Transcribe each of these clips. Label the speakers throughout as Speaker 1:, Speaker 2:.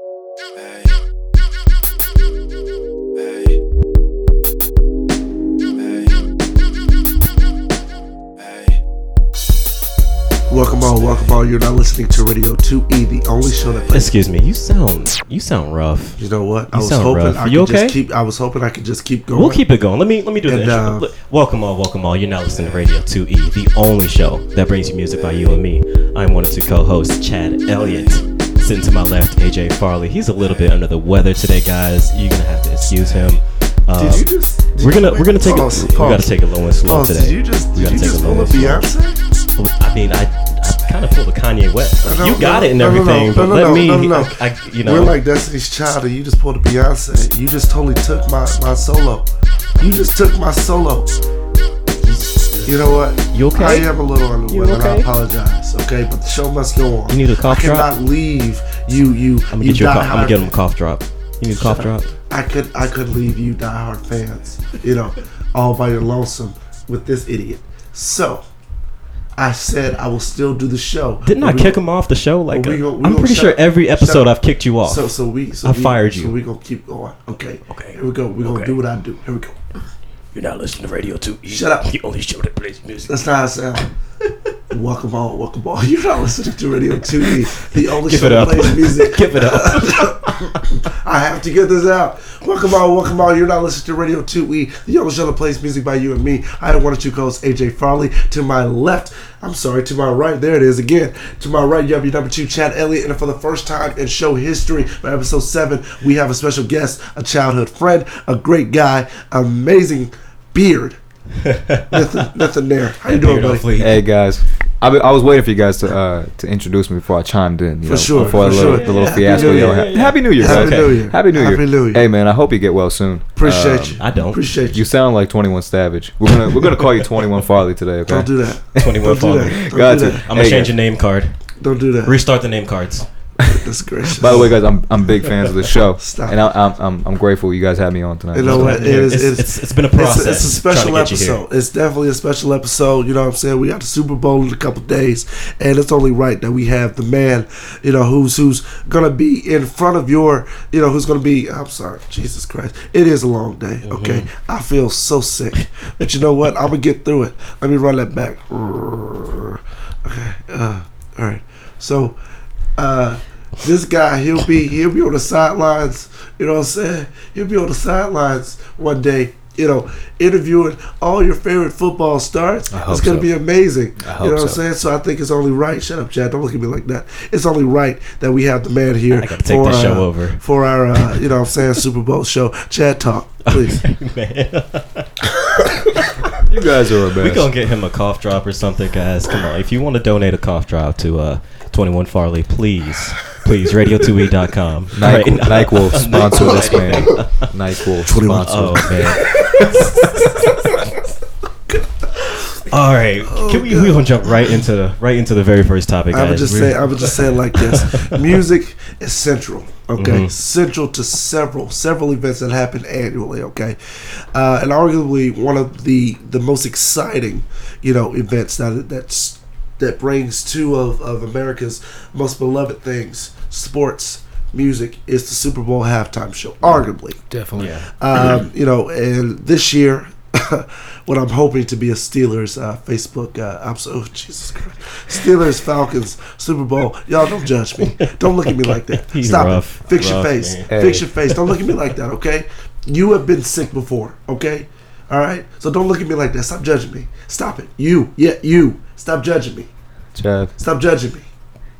Speaker 1: Hey. Hey. Hey. Hey.
Speaker 2: Welcome all, welcome all. You're not listening to Radio 2E, the only show that plays.
Speaker 3: Excuse me, you sound you sound rough.
Speaker 2: You know what? I
Speaker 3: You
Speaker 2: was
Speaker 3: sound
Speaker 2: hoping
Speaker 3: rough.
Speaker 2: I
Speaker 3: You
Speaker 2: could
Speaker 3: okay?
Speaker 2: just keep. I was hoping I could just keep going.
Speaker 3: We'll keep it going. Let me let me do the
Speaker 2: And,
Speaker 3: intro.
Speaker 2: uh,
Speaker 3: L- welcome all, welcome all. You're now listening to Radio 2E, the only show that brings you music by you and me. I'm one of two co-hosts, Chad Elliott. Sitting to my left, AJ Farley. He's a little bit under the weather today, guys. You're gonna have to excuse him. Um,
Speaker 2: Did you just? did
Speaker 3: we're
Speaker 2: you-
Speaker 3: gonna we're gonna take
Speaker 2: Pause,
Speaker 3: a, we gotta
Speaker 2: pause,
Speaker 3: take it low and slow
Speaker 2: pause.
Speaker 3: today.
Speaker 2: Did you just?
Speaker 3: we
Speaker 2: Did
Speaker 3: gotta
Speaker 2: you
Speaker 3: take
Speaker 2: just
Speaker 3: it low
Speaker 2: pull a
Speaker 3: and slow.
Speaker 2: Beyonce?
Speaker 3: I mean, I I kind of pulled a Kanye West.
Speaker 2: I don't
Speaker 3: You got
Speaker 2: know.
Speaker 3: it and
Speaker 2: No, no, no,
Speaker 3: everything,
Speaker 2: no,
Speaker 3: but
Speaker 2: no,
Speaker 3: let
Speaker 2: no,
Speaker 3: me.
Speaker 2: no, no.
Speaker 3: I, I- you know,
Speaker 2: We're like Destiny's Child, and you just pulled a Beyonce. You just totally took my my solo. You just took my solo. You know what?
Speaker 3: You okay?
Speaker 2: I am a little under the
Speaker 3: You
Speaker 2: weather. and I
Speaker 3: okay?
Speaker 2: apologize. Okay, but the show must go on.
Speaker 3: You need a cough
Speaker 2: I
Speaker 3: drop?
Speaker 2: cannot leave you. You.
Speaker 3: I'm gonna
Speaker 2: you
Speaker 3: get you a cough.
Speaker 2: diehard-
Speaker 3: I'm gonna get him a cough drop. You need a cough drop.
Speaker 2: I could I could leave you diehard fans, you know, all by your lonesome with this idiot. So I said I will still do the show.
Speaker 3: Didn't I
Speaker 2: We-
Speaker 3: kick him off the show? Like
Speaker 2: we
Speaker 3: uh,
Speaker 2: gon- we
Speaker 3: I'm
Speaker 2: gon'
Speaker 3: pretty sure
Speaker 2: shut-
Speaker 3: every episode
Speaker 2: shut-
Speaker 3: I've kicked you off.
Speaker 2: So so we so
Speaker 3: I
Speaker 2: we-
Speaker 3: fired
Speaker 2: So
Speaker 3: you.
Speaker 2: we gonna keep going. Okay.
Speaker 4: Okay.
Speaker 2: Here we go. We're gonna
Speaker 4: Okay.
Speaker 2: do what I do. Here we go.
Speaker 4: You're not listening to Radio 2 E.
Speaker 2: Shut up.
Speaker 4: The only show that plays music.
Speaker 2: That's not how it sounds. welcome all, welcome all. You're not listening to Radio 2E, the only
Speaker 3: Give
Speaker 2: show
Speaker 3: it
Speaker 2: that
Speaker 3: up.
Speaker 2: plays music.
Speaker 3: Give it up.
Speaker 2: I have to get this out. Welcome all, welcome all. You're not listening to Radio 2E, the only show that plays music by you and me. I don't want to co-hosts AJ Farley. To my left, I'm sorry, to my right, there it is again. To my right, you have your number two, Chad Elliott. And for the first time in show history, by episode seven, we have a special guest, a childhood friend, a great guy, amazing beard. nothing, nothing there. How you doing, buddy?
Speaker 5: Hey guys, I, be, I was waiting for you guys to uh, to introduce me before I chimed in. You
Speaker 2: For
Speaker 5: know,
Speaker 2: sure,
Speaker 5: Before
Speaker 2: for
Speaker 5: the little,
Speaker 2: sure.
Speaker 5: the little
Speaker 2: Happy
Speaker 5: fiasco
Speaker 2: New
Speaker 5: y'all
Speaker 2: Year.
Speaker 5: had. Happy New Year,
Speaker 2: Happy
Speaker 5: guys.
Speaker 2: New Year.
Speaker 5: Happy New Year.
Speaker 2: Happy New Year.
Speaker 5: Hey man, I hope you get well soon.
Speaker 2: Appreciate
Speaker 5: Um,
Speaker 2: you.
Speaker 3: I don't.
Speaker 2: appreciate you.
Speaker 5: You sound like 21 Savage. We're gonna we're gonna call you 21 Farley today. Okay.
Speaker 2: Don't do that. Don't
Speaker 3: 21
Speaker 2: do
Speaker 3: followers.
Speaker 2: that. Don't
Speaker 5: Gotcha.
Speaker 2: do that.
Speaker 3: I'm gonna
Speaker 5: Hey,
Speaker 3: change
Speaker 5: yeah.
Speaker 3: your name card.
Speaker 2: Don't do that.
Speaker 3: Restart the name cards.
Speaker 2: That's gracious.
Speaker 5: By the way, guys, I'm I'm big fans of the show,
Speaker 2: Stop.
Speaker 5: and I, I'm, I'm I'm grateful you guys had me on tonight.
Speaker 2: You know what? It is- it
Speaker 3: It's-
Speaker 2: is-
Speaker 3: it's- it's been a
Speaker 2: It's-
Speaker 3: process.
Speaker 2: It's, a
Speaker 3: trying to
Speaker 2: special
Speaker 3: get you here.
Speaker 2: episode. It's definitely a special episode. You know what I'm saying? We got the Super Bowl in a couple days, and it's only right that we have the man, you know, who's who's gonna be in front of your, you know, who's gonna be. I'm sorry, Jesus Christ. It is a long day.
Speaker 3: Mm-hmm.
Speaker 2: Okay, I feel so sick, but you know what? I'm gonna get through it. Let me run that back. Okay. Uh, all right. So. Uh, this guy, he'll be he'll be on the sidelines. You know what I'm saying? He'll be on the sidelines one day. You know, interviewing all your favorite football stars.
Speaker 5: hope
Speaker 2: It's gonna
Speaker 5: so.
Speaker 2: be amazing.
Speaker 5: hope
Speaker 2: you know what I'm
Speaker 5: so.
Speaker 2: saying? So I think it's only right. Shut up, Chad. Don't look at me like that. It's only right that we have the man here
Speaker 3: I gotta take this
Speaker 2: our,
Speaker 3: show
Speaker 2: uh,
Speaker 3: over.
Speaker 2: for our uh, you know what I'm saying Super Bowl show. Chad, talk please.
Speaker 3: Man,
Speaker 5: you guys are a
Speaker 3: we
Speaker 5: best.
Speaker 3: gonna get him a cough drop or something, guys. Come on, if you want to donate a cough drop to uh 21 Farley, please, please radio2e.com.
Speaker 5: Nike,
Speaker 3: Right now.
Speaker 5: Nike will sponsor this man. Nike will
Speaker 2: 21.
Speaker 5: sponsor.
Speaker 3: Oh man. All right,
Speaker 2: Oh,
Speaker 3: can we we gonna jump right into the right into the very first topic?
Speaker 2: I would
Speaker 3: guys.
Speaker 2: just
Speaker 3: We're-
Speaker 2: say I would just say it like this: Mm-hmm. music is central, okay, central to several several events that happen annually, okay, uh, and arguably one of the the most exciting, you know, events that that's that brings two of of America's most beloved things: sports, music, is the Super Bowl halftime show, arguably.
Speaker 4: Definitely.
Speaker 3: yeah.
Speaker 2: Um, you know, and this year, what I'm hoping to be a Steelers uh, Facebook. Uh, I'm so oh, Jesus Christ. Steelers Falcons Super Bowl. Y'all don't judge me. Don't look at me like that.
Speaker 3: He's
Speaker 2: Stop
Speaker 3: rough.
Speaker 2: it. Fix your
Speaker 3: Rough,
Speaker 2: face.
Speaker 3: man.
Speaker 2: Fix
Speaker 5: Hey.
Speaker 2: your face. Don't look at me like that. Okay. You have been sick before. Okay. All right. So don't look at me like that. Stop judging me. Stop it. You. Yeah. You. Stop judging me.
Speaker 5: Chad,
Speaker 2: Stop judging me.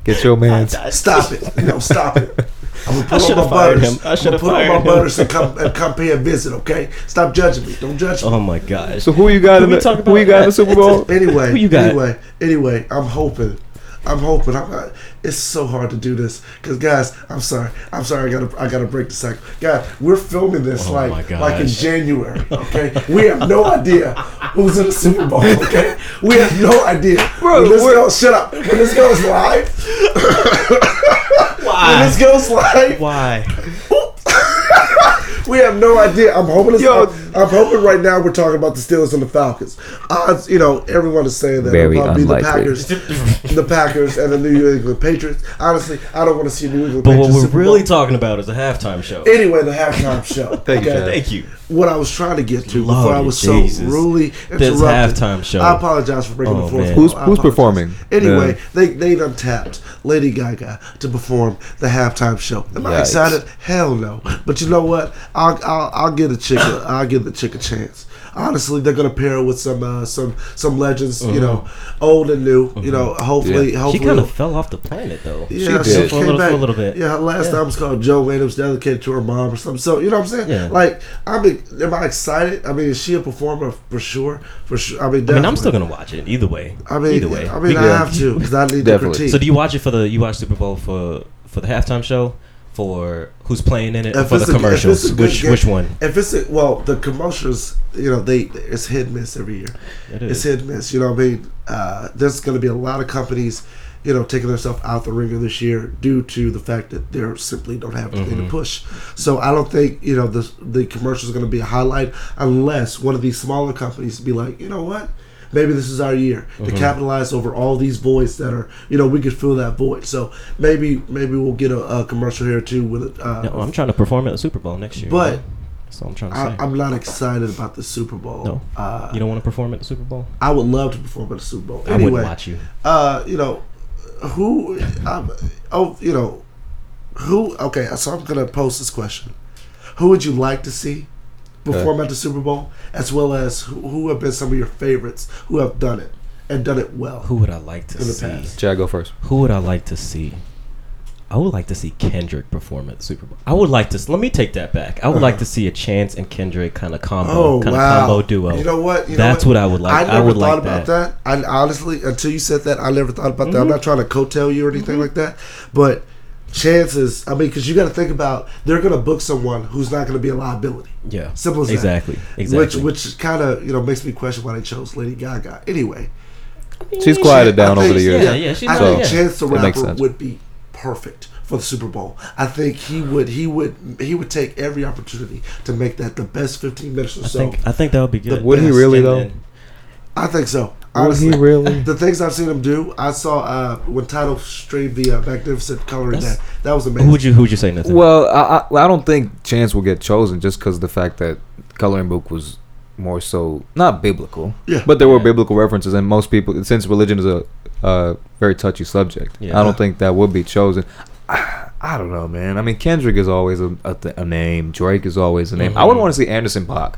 Speaker 5: get your man's.
Speaker 2: Stop it. No, stop it. I'm gonna
Speaker 3: I
Speaker 2: put on
Speaker 3: should've
Speaker 2: my
Speaker 3: fired
Speaker 2: butters.
Speaker 3: him. I
Speaker 2: I'm gonna
Speaker 3: should've
Speaker 2: put on
Speaker 3: fired
Speaker 2: my
Speaker 3: him.
Speaker 2: butters and come and come pay a visit, okay? Stop judging me. Don't judge me.
Speaker 3: Oh my gosh.
Speaker 5: So who you got
Speaker 3: Can
Speaker 5: in
Speaker 3: we
Speaker 5: the
Speaker 3: talk
Speaker 5: who you
Speaker 3: about
Speaker 5: got in
Speaker 3: that?
Speaker 5: the Super Bowl?
Speaker 2: Anyway,
Speaker 3: Who you got?
Speaker 2: anyway, anyway, I'm hoping. I'm hoping. I'm not, it's so hard to do this because guys, I'm sorry. I'm sorry. I gotta. I gotta break the cycle. Guys, we're filming this
Speaker 3: Oh
Speaker 2: like
Speaker 3: my
Speaker 2: like in
Speaker 3: gosh.
Speaker 2: January. Okay, we have no idea who's in the Super Bowl. Okay, we have no idea. Bro, when this goes, shut up. When this goes live, when
Speaker 3: Why?
Speaker 2: this goes live,
Speaker 3: Why?
Speaker 2: We have no idea. I'm hoping. It's,
Speaker 5: Yo.
Speaker 2: I'm, I'm hoping right now we're talking about the Steelers and the Falcons. Odds, you know, everyone is saying that
Speaker 5: Very
Speaker 2: it'll probably be the
Speaker 5: unlikely.
Speaker 2: Packers, the Packers, and the New England Patriots. Honestly, I don't want to see New England.
Speaker 3: But what
Speaker 2: Patriots
Speaker 3: we're
Speaker 2: Super Bowl.
Speaker 3: really talking about is a halftime show.
Speaker 2: Anyway, the halftime show.
Speaker 5: Thank you, Chad.
Speaker 3: Thank you.
Speaker 2: What I was trying to get to before I
Speaker 3: Lord
Speaker 2: was so
Speaker 3: Jesus.
Speaker 2: rudely
Speaker 3: This
Speaker 2: interrupted.
Speaker 3: halftime show.
Speaker 2: I apologize for bringing
Speaker 3: Oh,
Speaker 2: the fourth.
Speaker 3: man.
Speaker 2: wall.
Speaker 5: Who's-
Speaker 2: I
Speaker 5: who's
Speaker 2: apologize.
Speaker 5: performing?
Speaker 2: Anyway,
Speaker 5: The-
Speaker 2: they they done tapped Lady Gaga to perform the halftime show. Am I
Speaker 5: Yikes.
Speaker 2: excited? Hell no. But you know what? I'll I'll, I'll give the chick a, I'll give the chick a chance. Honestly, they're gonna pair her with some uh, some some legends. You know, old and new. You know, hopefully,
Speaker 3: Uh-huh. She
Speaker 2: hopefully
Speaker 3: kind of fell off the planet though.
Speaker 2: yeah,
Speaker 5: She
Speaker 2: she
Speaker 5: did.
Speaker 3: For
Speaker 2: came
Speaker 3: a little-
Speaker 2: back.
Speaker 3: for a little bit.
Speaker 2: Yeah, her last
Speaker 3: Yeah.
Speaker 2: album's called Joe Williams, dedicated to her mom or something. So you know what I'm saying?
Speaker 3: Yeah.
Speaker 2: Like, I mean, am I excited? I mean, is she a performer for sure? For sure. I mean,
Speaker 3: I
Speaker 2: definitely.
Speaker 3: mean, I'm still gonna watch it either way.
Speaker 2: I mean,
Speaker 3: either way.
Speaker 2: I mean, I
Speaker 5: Yeah.
Speaker 2: have to because I need to
Speaker 5: Definitely.
Speaker 2: critique.
Speaker 3: so do you watch it for the you watch Super Bowl for for the halftime show for who's playing in it
Speaker 2: If
Speaker 3: for
Speaker 2: it's
Speaker 3: the
Speaker 2: a- if it's a
Speaker 3: commercials?
Speaker 2: good
Speaker 3: which
Speaker 2: game-
Speaker 3: which one?
Speaker 2: if it's a, well, the commercials, you know, they it's hit and miss every year.
Speaker 3: It
Speaker 2: It's hit and miss. You know what I mean? Uh, there's going to be a lot of companies, you know, taking themselves out the ringer this year due to the fact that they simply don't have anything
Speaker 3: Mm-hmm.
Speaker 2: to push. So I don't think you know the the commercial is going to be a highlight unless one of these smaller companies be like, you know what. Maybe this is our year to
Speaker 3: Mm-hmm.
Speaker 2: capitalize over all these voids that are, you know, we could fill that void. So maybe, maybe we'll get a, a commercial here too with uh,
Speaker 3: No, I'm trying to perform at the Super Bowl next year.
Speaker 2: But-
Speaker 3: so I'm trying to
Speaker 2: I,
Speaker 3: say.
Speaker 2: I'm not excited about the Super Bowl.
Speaker 3: No.
Speaker 2: Uh,
Speaker 3: you don't want to perform at the Super Bowl?
Speaker 2: I would love to perform at the Super Bowl.
Speaker 3: I
Speaker 2: Anyway,
Speaker 3: wouldn't watch you.
Speaker 2: Uh, you know, who? Um, oh, you know, who? Okay, so I'm gonna pose this question: Who would you like to see perform at the Super Bowl, as well as who, who have been some of your favorites who have done it and done it well?
Speaker 3: Who would I like to
Speaker 2: In the
Speaker 3: see?
Speaker 2: past.
Speaker 5: Chad, go first.
Speaker 3: Who would I like to see? I would like to see Kendrick perform at the Super Bowl. I would like to. Let me take that back. I would like to see a Chance and Kendrick kind of combo,
Speaker 2: Oh
Speaker 3: kind of
Speaker 2: wow!
Speaker 3: combo duo.
Speaker 2: You know what? You know
Speaker 3: That's what I would like. I
Speaker 2: never
Speaker 3: would
Speaker 2: thought
Speaker 3: like
Speaker 2: about that. I honestly, until you said that, I never thought about that.
Speaker 3: Mm-hmm.
Speaker 2: I'm not trying to coattail you or anything like that, but chances. I mean, because you got to think about they're going to book someone who's not going to be a liability.
Speaker 3: Yeah.
Speaker 2: Simple as that.
Speaker 3: exactly. Exactly.
Speaker 2: Which, which kind of you know makes me question why they chose Lady Gaga. Anyway,
Speaker 5: She's quieted
Speaker 2: I
Speaker 5: down
Speaker 2: think-
Speaker 5: over the years.
Speaker 3: yeah, yeah, she's
Speaker 2: I
Speaker 3: not-
Speaker 2: think
Speaker 3: yeah.
Speaker 2: Chance the
Speaker 5: That makes
Speaker 2: Rapper
Speaker 5: sense.
Speaker 2: would be perfect for the Super Bowl. I think he would. He would. He would take every opportunity to make that the best 15 minutes or
Speaker 3: I
Speaker 2: so.
Speaker 3: think I think that would be good.
Speaker 5: Would he really,
Speaker 3: And
Speaker 5: though?
Speaker 3: then-
Speaker 2: I think so.
Speaker 5: Would
Speaker 2: Honestly,
Speaker 5: he really?
Speaker 2: the things I've seen him do, I saw uh, when Title streamed the uh, Magnificent Color in
Speaker 3: That's-
Speaker 2: that. That was amazing.
Speaker 3: Who would you Who would you say nothing?
Speaker 5: Well, I, I I don't think Chance will get chosen just because the fact that Coloring Book was more so not biblical,
Speaker 2: Yeah.
Speaker 5: but there were
Speaker 3: Yeah.
Speaker 5: biblical references, and most people, since religion is a uh, very touchy subject,
Speaker 3: Yeah.
Speaker 5: I don't think that would be chosen. I, I don't know, man. I mean, Kendrick is always a, a, th- a name. Drake is always a name.
Speaker 3: Mm-hmm.
Speaker 5: I would want to see Anderson Paak.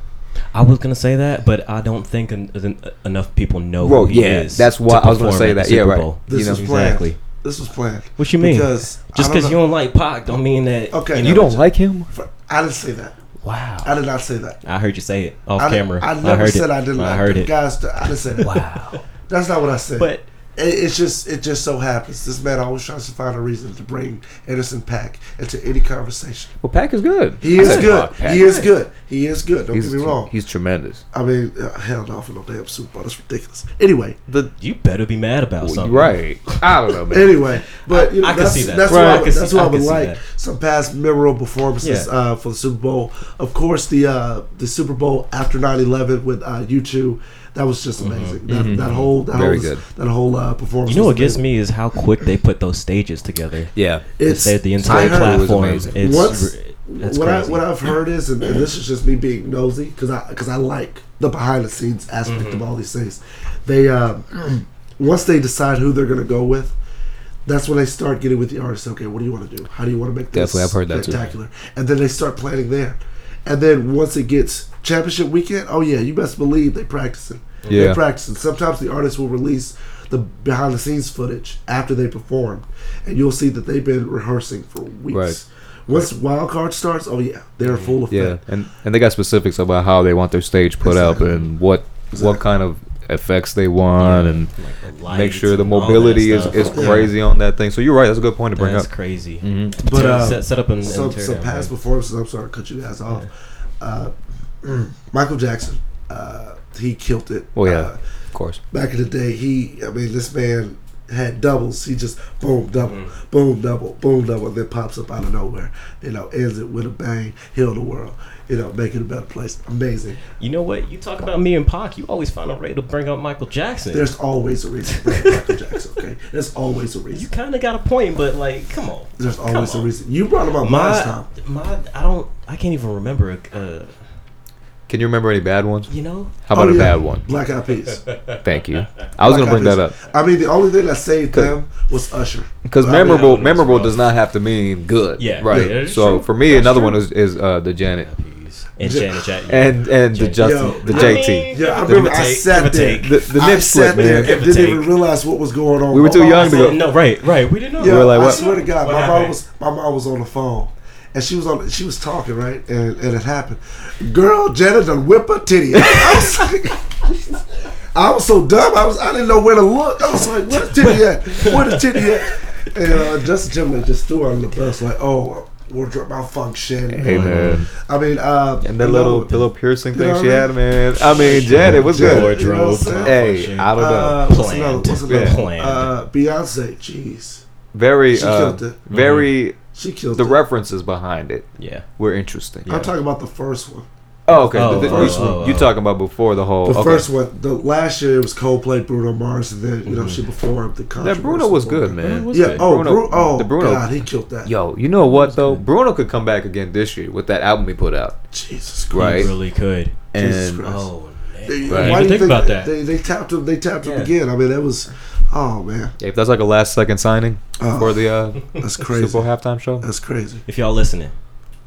Speaker 3: I was gonna say that, but I don't think en- en- enough people know.
Speaker 5: Well,
Speaker 3: who he
Speaker 5: yeah,
Speaker 3: is
Speaker 5: that's why
Speaker 3: to
Speaker 5: I was gonna
Speaker 3: perform
Speaker 5: say
Speaker 3: at the
Speaker 5: that. Yeah,
Speaker 3: Super
Speaker 5: right.
Speaker 3: Bowl.
Speaker 2: This
Speaker 5: you know,
Speaker 2: was planned.
Speaker 3: exactly.
Speaker 2: This was planned.
Speaker 3: What you mean?
Speaker 2: Because
Speaker 3: Just
Speaker 2: I don't
Speaker 3: because you
Speaker 2: know-
Speaker 3: don't like Pac, don't mean that.
Speaker 2: Okay.
Speaker 3: you
Speaker 5: You
Speaker 3: know,
Speaker 5: don't like him?
Speaker 2: I didn't say that.
Speaker 3: Wow.
Speaker 2: I did not say that.
Speaker 3: I heard you say it off
Speaker 2: I, didn't-
Speaker 3: camera.
Speaker 2: I never
Speaker 3: heard
Speaker 2: said
Speaker 3: it.
Speaker 2: I didn't.
Speaker 3: I
Speaker 2: like
Speaker 3: heard
Speaker 2: them.
Speaker 3: it.
Speaker 2: Guys, I didn't say that.
Speaker 3: Wow.
Speaker 2: That's not what I said.
Speaker 3: But
Speaker 2: It- It's just it just so happens this man always tries to find a reason to bring Anderson Pack into any conversation.
Speaker 5: Well, Paak is good.
Speaker 2: He
Speaker 5: I
Speaker 2: is
Speaker 5: said
Speaker 2: good.
Speaker 5: Paak, Paak.
Speaker 2: He is good. He is good. Don't
Speaker 5: He's,
Speaker 2: get me wrong.
Speaker 5: he's tremendous.
Speaker 2: I mean, uh, hell no, for no damn Super Bowl. That's ridiculous. Anyway,
Speaker 5: The
Speaker 3: you better be mad about something.
Speaker 5: right. I don't know, man.
Speaker 2: anyway, but you know,
Speaker 3: I can
Speaker 2: that's,
Speaker 3: see that.
Speaker 2: that's
Speaker 3: Right.
Speaker 2: why
Speaker 3: I
Speaker 2: I,
Speaker 3: can see-
Speaker 2: that's why
Speaker 3: I
Speaker 2: I would
Speaker 3: can see
Speaker 2: like
Speaker 3: that.
Speaker 2: some past memorable performances
Speaker 3: Yeah.
Speaker 2: uh, for the Super Bowl. Of course, the uh, the Super Bowl after 9-11 with uh, you two. That was just amazing. That, that whole that
Speaker 5: Very
Speaker 2: whole
Speaker 5: good.
Speaker 2: that whole uh, performance.
Speaker 3: Mm-hmm. You know
Speaker 2: was
Speaker 3: what gets
Speaker 2: amazing.
Speaker 3: me is how quick they put those stages together.
Speaker 5: Yeah.
Speaker 3: It's the
Speaker 2: I
Speaker 3: entire
Speaker 2: heard-
Speaker 5: it was
Speaker 3: platform.
Speaker 5: amazing.
Speaker 3: It's
Speaker 2: Once-
Speaker 3: r- that's
Speaker 2: what
Speaker 3: crazy.
Speaker 2: I what I've heard is, and, and this is just me being nosy because I because I like the behind the scenes aspect
Speaker 5: Mm-hmm.
Speaker 2: of all these things. They um, once they decide who they're gonna go with, that's when they start getting with the artists. Okay, what do you want to do? How do you want to make this
Speaker 5: Definitely, I've heard that too.
Speaker 2: spectacular? And then they start planning there. And then once it gets championship weekend, oh yeah, you best believe they practicing.
Speaker 5: Yeah.
Speaker 2: They practicing. Sometimes the artists will release the behind the scenes footage after they perform, and you'll see that they've been rehearsing for weeks.
Speaker 5: Right.
Speaker 2: Once wild card starts, oh yeah, they're full effect.
Speaker 5: Yeah, and and they got specifics about how they want their stage put
Speaker 2: Exactly.
Speaker 5: up and what what kind of effects they want and
Speaker 3: Like the
Speaker 5: make
Speaker 3: lights
Speaker 5: sure the
Speaker 3: and all that
Speaker 5: mobility is,
Speaker 3: stuff.
Speaker 5: is
Speaker 2: Yeah.
Speaker 5: crazy on that thing. So you're right. That's a good point to bring
Speaker 3: That's
Speaker 5: up.
Speaker 3: crazy.
Speaker 2: But
Speaker 3: Tear-
Speaker 2: uh,
Speaker 3: set, set up and, and
Speaker 2: some,
Speaker 3: tear
Speaker 2: some
Speaker 3: down,
Speaker 2: past
Speaker 3: right?
Speaker 2: performances. I'm sorry, to cut you guys off. Uh, Michael Jackson, uh, he killed it.
Speaker 5: Well, Oh, yeah,
Speaker 2: Uh,
Speaker 5: of course.
Speaker 2: back in the day, he, I mean, this man had doubles. He just boom double,
Speaker 3: Mm-hmm.
Speaker 2: boom double, boom double, and then pops up out of nowhere. You know, ends it with a bang, heal the world. You know, make it a better place. Amazing.
Speaker 3: You know what? You talk about me and Pac. You always find a way to bring up Michael Jackson.
Speaker 2: There's always a reason. for Michael Jackson. Okay, there's always a
Speaker 3: you
Speaker 2: reason.
Speaker 3: kind of got a point, but like, come on.
Speaker 2: There's
Speaker 3: Come
Speaker 2: always a
Speaker 3: on.
Speaker 2: reason. You brought him up last
Speaker 3: My,
Speaker 2: time.
Speaker 3: my, I don't, I can't even remember. A, uh,
Speaker 5: Can you remember any bad ones?
Speaker 3: you know,
Speaker 5: How about
Speaker 2: Oh,
Speaker 5: a
Speaker 2: yeah.
Speaker 5: bad one?
Speaker 2: Black Eyed Peas.
Speaker 5: Thank you. I was gonna bring that up
Speaker 2: I mean, the only thing that saved them was Usher.
Speaker 5: because
Speaker 2: I mean,
Speaker 5: memorable,
Speaker 3: that was
Speaker 5: memorable
Speaker 3: rough.
Speaker 5: does not have to mean good.
Speaker 3: Yeah,
Speaker 5: Right.
Speaker 3: yeah, that's
Speaker 5: so
Speaker 3: true.
Speaker 5: for me,
Speaker 3: That's
Speaker 5: another
Speaker 3: true.
Speaker 5: one is, is uh, the Janet
Speaker 3: and
Speaker 2: J-
Speaker 3: Janet Jackson.
Speaker 5: and and the Justin,
Speaker 2: Yo,
Speaker 5: the
Speaker 2: I
Speaker 5: JT.
Speaker 3: mean-
Speaker 2: Yeah, I
Speaker 3: Give
Speaker 2: remember
Speaker 3: or
Speaker 2: I
Speaker 3: take,
Speaker 2: sat
Speaker 3: give or
Speaker 2: there.
Speaker 3: take.
Speaker 5: the the
Speaker 2: I
Speaker 5: nip slip,
Speaker 2: sat there
Speaker 5: man.
Speaker 2: and
Speaker 3: or
Speaker 2: didn't
Speaker 3: take.
Speaker 2: even realize what was going on.
Speaker 5: We were
Speaker 2: My
Speaker 5: too
Speaker 2: mom
Speaker 5: young to
Speaker 2: was
Speaker 5: go-
Speaker 2: on-
Speaker 3: no, right, right. We didn't know.
Speaker 2: Yeah,
Speaker 5: were like,
Speaker 2: I
Speaker 5: what-
Speaker 2: swear to God,
Speaker 3: What
Speaker 2: my mom
Speaker 3: happened?
Speaker 2: was my mom was on the phone, and she was on she was talking right, and, and it happened. Girl, Janet done whip her titty. out. I was, like, I was so dumb. I was I didn't know where to look. I was like, where the titty at? Where the titty at? And uh, Justin Timberlake just threw her on the bus like, oh, wardrobe malfunction.
Speaker 5: Hey, man.
Speaker 2: I mean, uh,
Speaker 5: And that
Speaker 2: you
Speaker 5: little
Speaker 2: know,
Speaker 5: the little piercing
Speaker 2: You
Speaker 5: thing
Speaker 2: know
Speaker 5: she
Speaker 2: what I
Speaker 5: had, man. I mean, Janet was
Speaker 2: Janet, you
Speaker 5: good.
Speaker 2: know what I'm saying?
Speaker 5: Hey, I don't know.
Speaker 2: Uh, what's another? What's
Speaker 3: Planned.
Speaker 2: another?
Speaker 3: Planned.
Speaker 2: Uh, Beyonce, jeez,
Speaker 5: Very,
Speaker 2: she
Speaker 5: uh,
Speaker 2: killed it.
Speaker 5: very.
Speaker 2: she killed
Speaker 5: The
Speaker 2: it.
Speaker 5: references behind it
Speaker 3: Yeah.
Speaker 5: were interesting.
Speaker 2: I'm talking about the first one.
Speaker 5: Oh, okay.
Speaker 3: Oh,
Speaker 5: the, the-
Speaker 2: oh,
Speaker 5: you,
Speaker 3: oh,
Speaker 5: you
Speaker 3: oh.
Speaker 5: talking about before the whole?
Speaker 2: The
Speaker 5: okay.
Speaker 2: first one, the last year it was Coldplay, Bruno Mars, and then you know she performed the
Speaker 5: Mm-hmm. That
Speaker 2: controversy.
Speaker 5: Bruno was good, man.
Speaker 3: was
Speaker 2: Yeah.
Speaker 3: good.
Speaker 2: Oh,
Speaker 5: Bruno-
Speaker 2: Bru- oh,
Speaker 5: the Bruno-
Speaker 2: God, he killed that.
Speaker 5: Yo, you know what though? Bruno could come back again this year with that album he put out,
Speaker 2: Jesus Christ.
Speaker 5: right?
Speaker 3: He really could.
Speaker 2: Jesus
Speaker 5: and
Speaker 2: Christ.
Speaker 3: Oh, man.
Speaker 2: They,
Speaker 5: Right.
Speaker 2: Why
Speaker 3: Even
Speaker 2: do you
Speaker 3: think
Speaker 2: think
Speaker 3: about that.
Speaker 2: They, they tapped him. They tapped him
Speaker 3: Yeah.
Speaker 2: again. I mean, that was, oh man,
Speaker 5: yeah, if that's like a last second signing
Speaker 2: Oh.
Speaker 5: for the uh,
Speaker 2: that's
Speaker 5: Super Bowl
Speaker 2: crazy. Uh,
Speaker 5: halftime show,
Speaker 2: That's crazy.
Speaker 3: If y'all listening,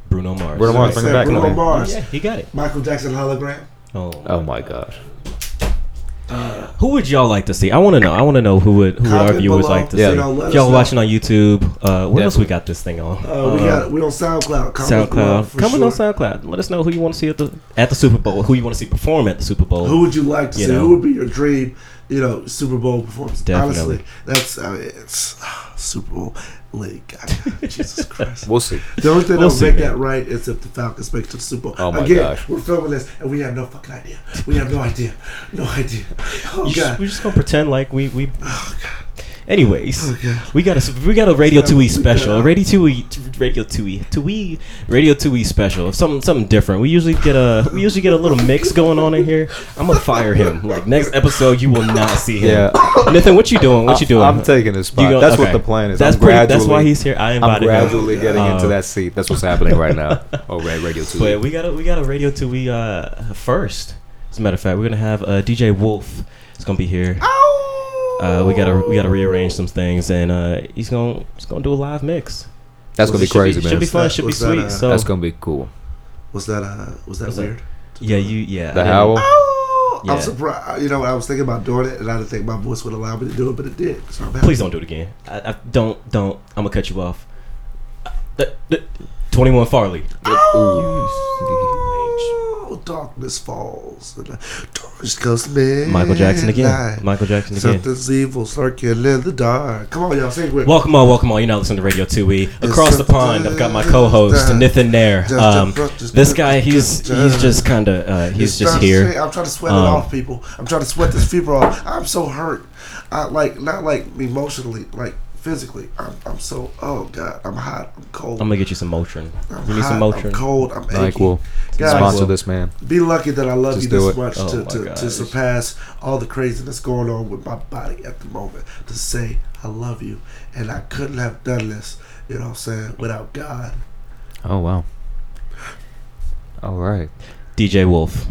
Speaker 3: Bruno Mars.
Speaker 5: Bruno Mars,
Speaker 2: Except
Speaker 5: bring it back.
Speaker 2: Bruno
Speaker 5: man.
Speaker 2: Mars,
Speaker 3: Yeah, he got it.
Speaker 2: Michael Jackson hologram.
Speaker 3: Oh.
Speaker 5: Oh my gosh,
Speaker 3: Who would y'all like to see? I want to know. I want to know who would who
Speaker 2: Comment
Speaker 3: our viewers
Speaker 2: below.
Speaker 3: like to
Speaker 5: Yeah.
Speaker 3: see.
Speaker 5: You know,
Speaker 2: let us
Speaker 3: y'all
Speaker 2: know.
Speaker 3: watching on YouTube. Uh, what else
Speaker 5: Definitely.
Speaker 3: we got this thing on?
Speaker 2: Uh,
Speaker 5: Uh-huh.
Speaker 2: we got we on SoundCloud. Comment below
Speaker 3: SoundCloud.
Speaker 2: for
Speaker 3: Coming on
Speaker 2: sure.
Speaker 3: SoundCloud. Let us know who you want to see at the at the Super Bowl. Who you want to see perform at the Super Bowl.
Speaker 2: Who would you like to
Speaker 3: You
Speaker 2: see?
Speaker 3: know.
Speaker 2: Who would be your dream, you know, Super Bowl performance?
Speaker 3: Definitely.
Speaker 2: Honestly, that's I mean, it's ah, Super Bowl Lady Gaga. Jesus Christ.
Speaker 5: we'll see.
Speaker 2: The only thing
Speaker 3: We'll
Speaker 2: that'll
Speaker 3: see,
Speaker 2: make
Speaker 3: man.
Speaker 2: that right is if the Falcons make it to the Super Bowl.
Speaker 5: Oh my
Speaker 2: Again,
Speaker 5: gosh.
Speaker 2: we're filming this and we have no fucking idea. We have no idea. No idea. Oh
Speaker 3: You just-
Speaker 2: god.
Speaker 3: we're just gonna pretend like we we. Anyways,
Speaker 2: Oh, God.
Speaker 3: we got a we got a Radio
Speaker 2: Gotta
Speaker 3: Two E
Speaker 2: figure
Speaker 3: special,
Speaker 2: it
Speaker 3: a
Speaker 2: out.
Speaker 3: Radio Two E Radio Two E Two E Radio Two E special, something something different. We usually get a we usually get a little mix going on in here. I'm gonna fire him. Like next episode, you will not see him. Nathan, what you doing? What you doing?
Speaker 5: Uh, I'm taking his
Speaker 3: You
Speaker 5: spot.
Speaker 3: go-
Speaker 5: that's
Speaker 3: okay.
Speaker 5: what the plan is.
Speaker 3: That's
Speaker 5: I'm
Speaker 3: pretty, that's
Speaker 5: gradually-
Speaker 3: why he's here. I
Speaker 5: I'm
Speaker 3: invited him.
Speaker 5: gradually getting into
Speaker 3: Um,
Speaker 5: that seat. That's what's happening right now. Oh, Red Radio Two.
Speaker 3: But we got a, we got a radio to we uh first. As a matter of fact, we're gonna have uh, DJ Wolf. It's gonna be here. Uh, we gotta we gotta rearrange some things, and uh, he's gonna he's gonna do a live mix.
Speaker 5: that's gonna be
Speaker 3: It should
Speaker 5: crazy,
Speaker 3: Should
Speaker 5: man.
Speaker 3: be fun.
Speaker 2: that-
Speaker 3: Should be
Speaker 2: was that,
Speaker 3: sweet.
Speaker 2: uh,
Speaker 3: so
Speaker 5: That's gonna be cool.
Speaker 2: Was that uh was that
Speaker 3: Was that-
Speaker 2: weird?
Speaker 3: yeah, you yeah. Ah, I
Speaker 5: The
Speaker 3: didn't-
Speaker 5: howl.
Speaker 2: Oh,
Speaker 3: Yeah.
Speaker 2: I'm surprised. You know, I was thinking about doing it, and I didn't think my voice would allow me to do it, but it did. So I'm happy.
Speaker 3: Please don't do it again. I, I don't don't. I'm gonna cut you off. Uh, Twenty one Farley.
Speaker 2: Oh, darkness falls. and the Darkness comes midnight.
Speaker 3: Michael Jackson again. Michael Jackson again.
Speaker 2: Something's evil lurking in the dark. Come on, y'all, sing with me.
Speaker 3: Welcome all, welcome all. You're not listening to Radio 2E. Across the pond, I've got my co-host Nathan Nair. Um, this guy, he's he's just kind of uh,
Speaker 2: It's
Speaker 3: he's just
Speaker 2: trying to
Speaker 3: here.
Speaker 2: sweat- I'm trying to sweat
Speaker 3: Um,
Speaker 2: it off, people. I'm trying to sweat this fever off. I'm so hurt. I like not like emotionally, like physically. I'm, I'm so oh god. I'm hot. I'm cold.
Speaker 3: I'm gonna get you some Motrin.
Speaker 2: I'm
Speaker 3: You need some
Speaker 2: hot, I'm
Speaker 3: Motrin.
Speaker 2: cold. I'm aching.
Speaker 5: NyQuil.
Speaker 2: Guys,
Speaker 5: Sponsor this man.
Speaker 2: be lucky that I love
Speaker 5: Just
Speaker 2: you
Speaker 5: do
Speaker 2: this
Speaker 5: it.
Speaker 2: much
Speaker 3: Oh
Speaker 2: to,
Speaker 3: my
Speaker 2: to, to
Speaker 3: gosh.
Speaker 2: surpass all the craziness going on with my body at the moment. To say I love you, and I couldn't have done this, you know what I'm saying, without God.
Speaker 5: Oh wow. All right.
Speaker 3: DJ Wolf.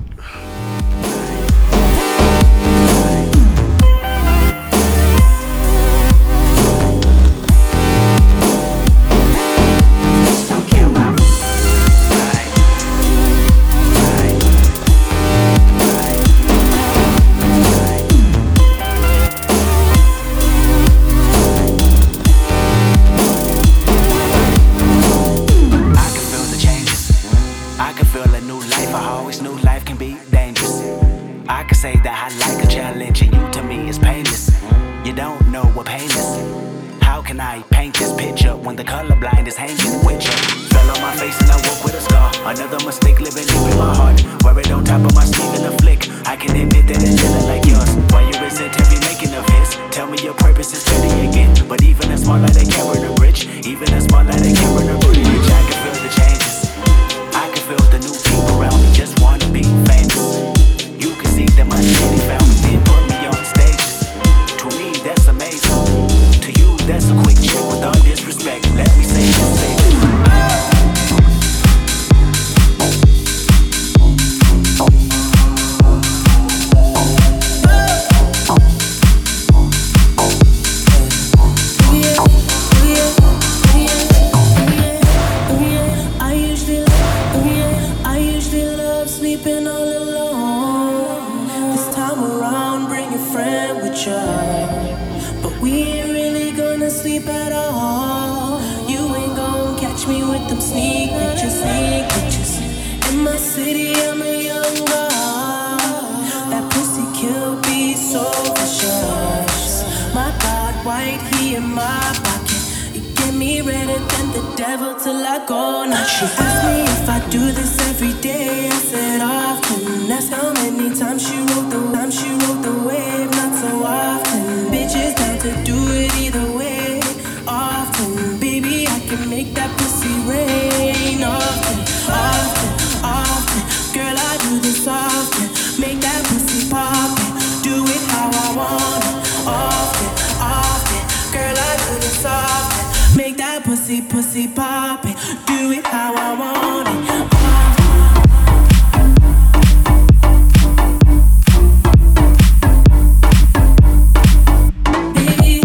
Speaker 6: I can feel the changes. I can feel a new life. I always knew life can be dangerous. I can say that I like a challenge, and you to me is painless. You don't know what pain is. How can I paint this picture when the colorblind is hanging with you? Fell on my face and I woke with a scar. Another mistake living deep in my heart. Wear it on top of my sleeve in a flick. I can admit that it's feeling like yours. Why you resent every making of his? Tell me your purpose. This is Benny again, but even as smaller they carry the bridge. Even as smaller they carry the bridge. I can feel the changes. I can feel the new people around me just wanna be famous. You can see that my city found me and put me on stages. To me, that's amazing. To you, that's a quick check with all disrespect. Let me say this. Say this.
Speaker 7: I usually I usually love sleeping all alone. This time around, bring a friend with you. But we ain't really gonna sleep at all. You ain't gonna catch me with them sneak bitches, sneak bitches. In my city, I'm a young boy. That pussy kill be so vicious. My God, white, he in my pocket. You get me redder than the devil till I go. Now she asked me if I do this every day. I said often. That's how many times she wrote the time she wrote the wave. Not so often. Bitches down to do it either way. Often, baby, I can make that pussy rain. Often, often, often. Girl, I do this often. Make that pussy pop it. Do it how I want it. Often, often. Girl, I do this often. Make that pussy, pussy pop it. Do it how I want it. Baby,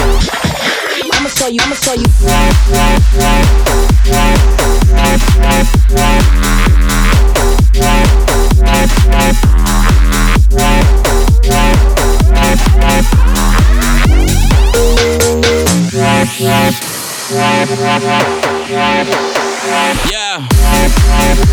Speaker 8: I'ma show you, I'ma show you.
Speaker 6: Yeah.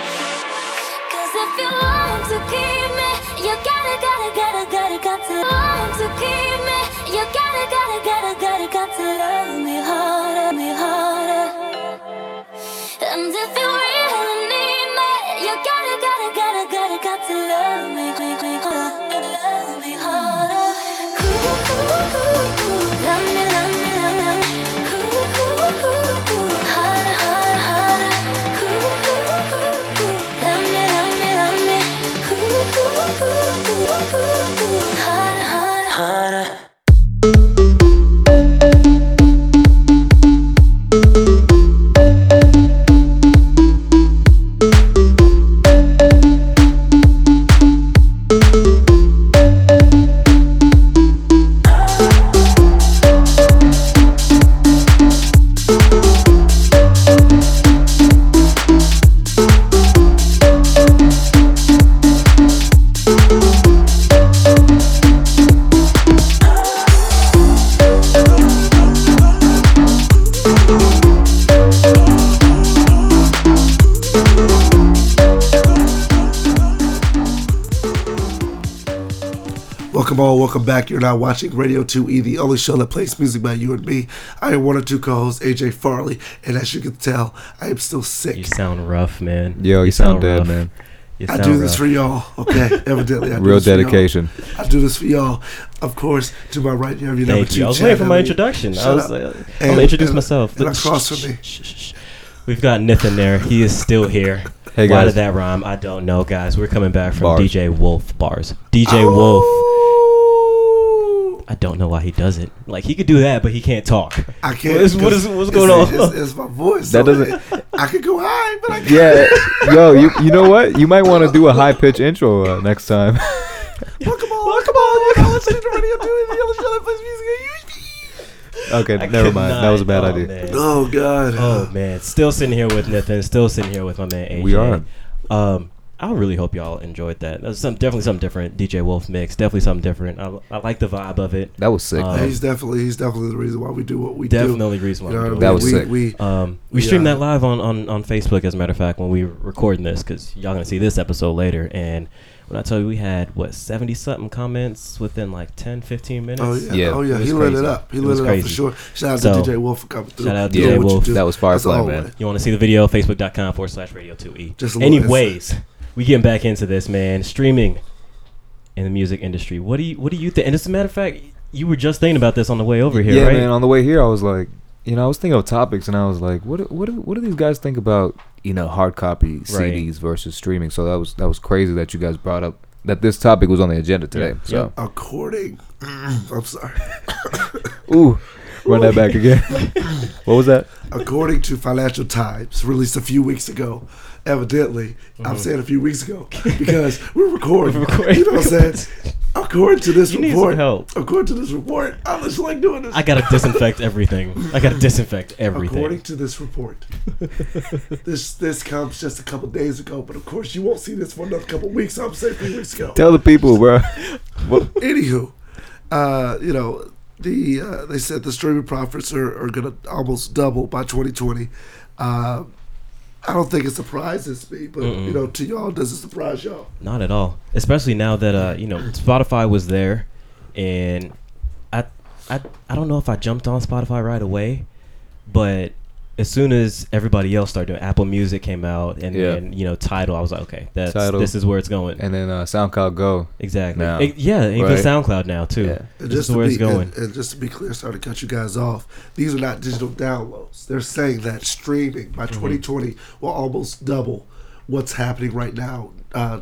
Speaker 9: Cause if you want to keep me, you gotta, gotta, gotta, gotta, got to want to keep me. You gotta, gotta, gotta, gotta, got to love me harder, me harder. And if you really need me, you gotta, gotta, gotta, gotta, got to love me, me, me harder, love me harder. Ooh, ooh, ooh, ooh. Love me, love me, love me, love me. Ooh, ooh, ooh, ooh. Harder, harder, harder. Ooh, ooh, ooh, ooh. Love me, love me, love me. Ooh, ooh, ooh, ooh, ooh, ooh. Harder, harder, harder.
Speaker 2: Welcome all, welcome back. You're now watching Radio 2E, the only show that plays music by you and me. I am one or two co-hosts, AJ Farley, and as you can tell, I am still sick.
Speaker 3: You sound rough, man.
Speaker 5: Yo, you sound dead, man.
Speaker 3: You
Speaker 2: I
Speaker 3: sound
Speaker 2: do this
Speaker 3: rough.
Speaker 2: for y'all, okay? Evidently, I do
Speaker 5: Real
Speaker 2: this for y'all.
Speaker 5: dedication.
Speaker 2: I do this for y'all, of course. To my right, you have your number
Speaker 3: Thank
Speaker 2: two.
Speaker 3: you. I was
Speaker 2: Chad
Speaker 3: waiting for my
Speaker 2: Elliott.
Speaker 3: introduction. I
Speaker 2: Shut
Speaker 3: was
Speaker 2: up.
Speaker 3: like, I'm
Speaker 2: And-
Speaker 3: gonna introduce
Speaker 2: and-
Speaker 3: myself.
Speaker 2: and across from me.
Speaker 3: Shh, shh, shh, shh. We've got Nathan there. He is still here.
Speaker 5: Hey,
Speaker 3: Why
Speaker 5: guys.
Speaker 3: did that rhyme? I don't know, guys. We're coming back from
Speaker 5: Bars.
Speaker 3: DJ Wolf bars. DJ Wolf. I don't know why he does it. Like he could do that, but he can't talk.
Speaker 2: I can't.
Speaker 3: What is- what is- what's going
Speaker 2: it's,
Speaker 3: on?
Speaker 2: It's, it's my voice.
Speaker 5: That
Speaker 2: so
Speaker 5: doesn't-
Speaker 2: I could go high, but I can't.
Speaker 5: Yeah, yo, you you know what? You might want to do a high pitch intro uh, next time.
Speaker 2: Welcome all, welcome all. You're now listening to Radio 2E, the only show that plays music by you and me.
Speaker 5: okay,
Speaker 3: I
Speaker 5: never
Speaker 3: could
Speaker 5: mind.
Speaker 3: not-
Speaker 5: That was a bad
Speaker 3: oh,
Speaker 5: idea.
Speaker 3: man.
Speaker 2: Oh God.
Speaker 3: Oh man, still sitting here with Nathan. Still sitting here with my man AJ.
Speaker 5: We are.
Speaker 3: Um, I really hope y'all enjoyed that. That was some, definitely something different. DJ Wolf mix, definitely something different. I, I like the vibe of it.
Speaker 5: That was sick.
Speaker 3: Um,
Speaker 5: man.
Speaker 2: he's definitely he's definitely the reason why we do what we
Speaker 3: Definitely reason
Speaker 2: do.
Speaker 3: why
Speaker 2: You know
Speaker 3: we
Speaker 2: what I
Speaker 5: That
Speaker 2: mean?
Speaker 3: do it.
Speaker 5: was
Speaker 2: we,
Speaker 5: sick.
Speaker 2: We,
Speaker 3: Um, we streamed
Speaker 2: Yeah.
Speaker 3: that live on, on, on Facebook, as a matter of fact, when we were recording this, because y'all gonna see this episode later. And when I tell you we had what seventy something comments within like 10, 15 minutes.
Speaker 2: oh yeah,
Speaker 5: Yeah.
Speaker 2: oh yeah,
Speaker 3: It was
Speaker 2: he lit
Speaker 3: crazy.
Speaker 2: it up. He
Speaker 3: It
Speaker 2: lit
Speaker 3: was
Speaker 2: it up for
Speaker 3: crazy.
Speaker 2: sure. Shout out
Speaker 3: So,
Speaker 2: to DJ Wolf for coming through.
Speaker 3: shout out
Speaker 2: You
Speaker 5: DJ
Speaker 2: know what you
Speaker 5: Wolf.
Speaker 2: do.
Speaker 5: That was
Speaker 2: That's
Speaker 5: Firefly,
Speaker 2: always.
Speaker 5: man.
Speaker 3: You want to see the video? Facebook.com forward slash radio 2e.
Speaker 2: Just a little
Speaker 3: Anyways, we getting back into this, man. Streaming in the music industry. What do you What do you think? And as a matter of fact, you were just thinking about this on the way over here,
Speaker 5: yeah,
Speaker 3: right?
Speaker 5: man. On the way here, I was like, you know, I was thinking of topics, and I was like, what, do- what, do- what do these guys think about, you know, hard copy
Speaker 3: Right.
Speaker 5: CDs versus streaming? So that was that was crazy that you guys brought up that this topic was on the agenda today.
Speaker 3: Yeah.
Speaker 5: So,
Speaker 2: According, I'm sorry.
Speaker 5: ooh, run that back again. what was that?
Speaker 2: According to Financial Times, released a few weeks ago, evidently, I'm saying a few weeks ago because we're recording.
Speaker 3: Mm-hmm. We're recording.
Speaker 2: You know what I'm saying? According to this
Speaker 3: You need some
Speaker 2: report,
Speaker 3: help.
Speaker 2: according to this report, I just like doing this.
Speaker 3: I gotta disinfect everything. I gotta disinfect everything.
Speaker 2: According to this report, this this comes just a couple days ago, but of course you won't see this for another couple weeks. I'm saying three weeks ago.
Speaker 5: Tell the people, bro.
Speaker 2: Anywho, uh, you know, the uh, they said the streaming profits are, are going to almost double by 2020. Uh, I don't think it surprises me, but you know, to y'all, does it surprise y'all?
Speaker 3: Not at all. Especially now that uh, you know, Spotify was there and I I I don't know if I jumped on Spotify right away, but as soon as everybody else started doing Apple Music came out and
Speaker 5: Yeah.
Speaker 3: then, you know, Tidal, I was like, okay, that's
Speaker 5: Tidal.
Speaker 3: this is where it's going.
Speaker 5: And then uh, SoundCloud Go.
Speaker 3: exactly.
Speaker 5: Now.
Speaker 3: It- yeah, even
Speaker 5: Right.
Speaker 3: SoundCloud now too.
Speaker 5: Yeah.
Speaker 2: And
Speaker 3: This is
Speaker 2: to
Speaker 3: where
Speaker 2: be,
Speaker 3: it's going.
Speaker 2: And, and just to be clear, sorry to cut you guys off. These are not digital downloads. They're saying that streaming by
Speaker 3: Mm-hmm.
Speaker 2: 2020 will almost double what's happening right now, uh,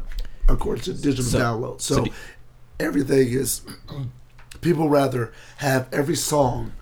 Speaker 2: according to digital downloads. So,
Speaker 3: do-
Speaker 2: everything is people rather have every song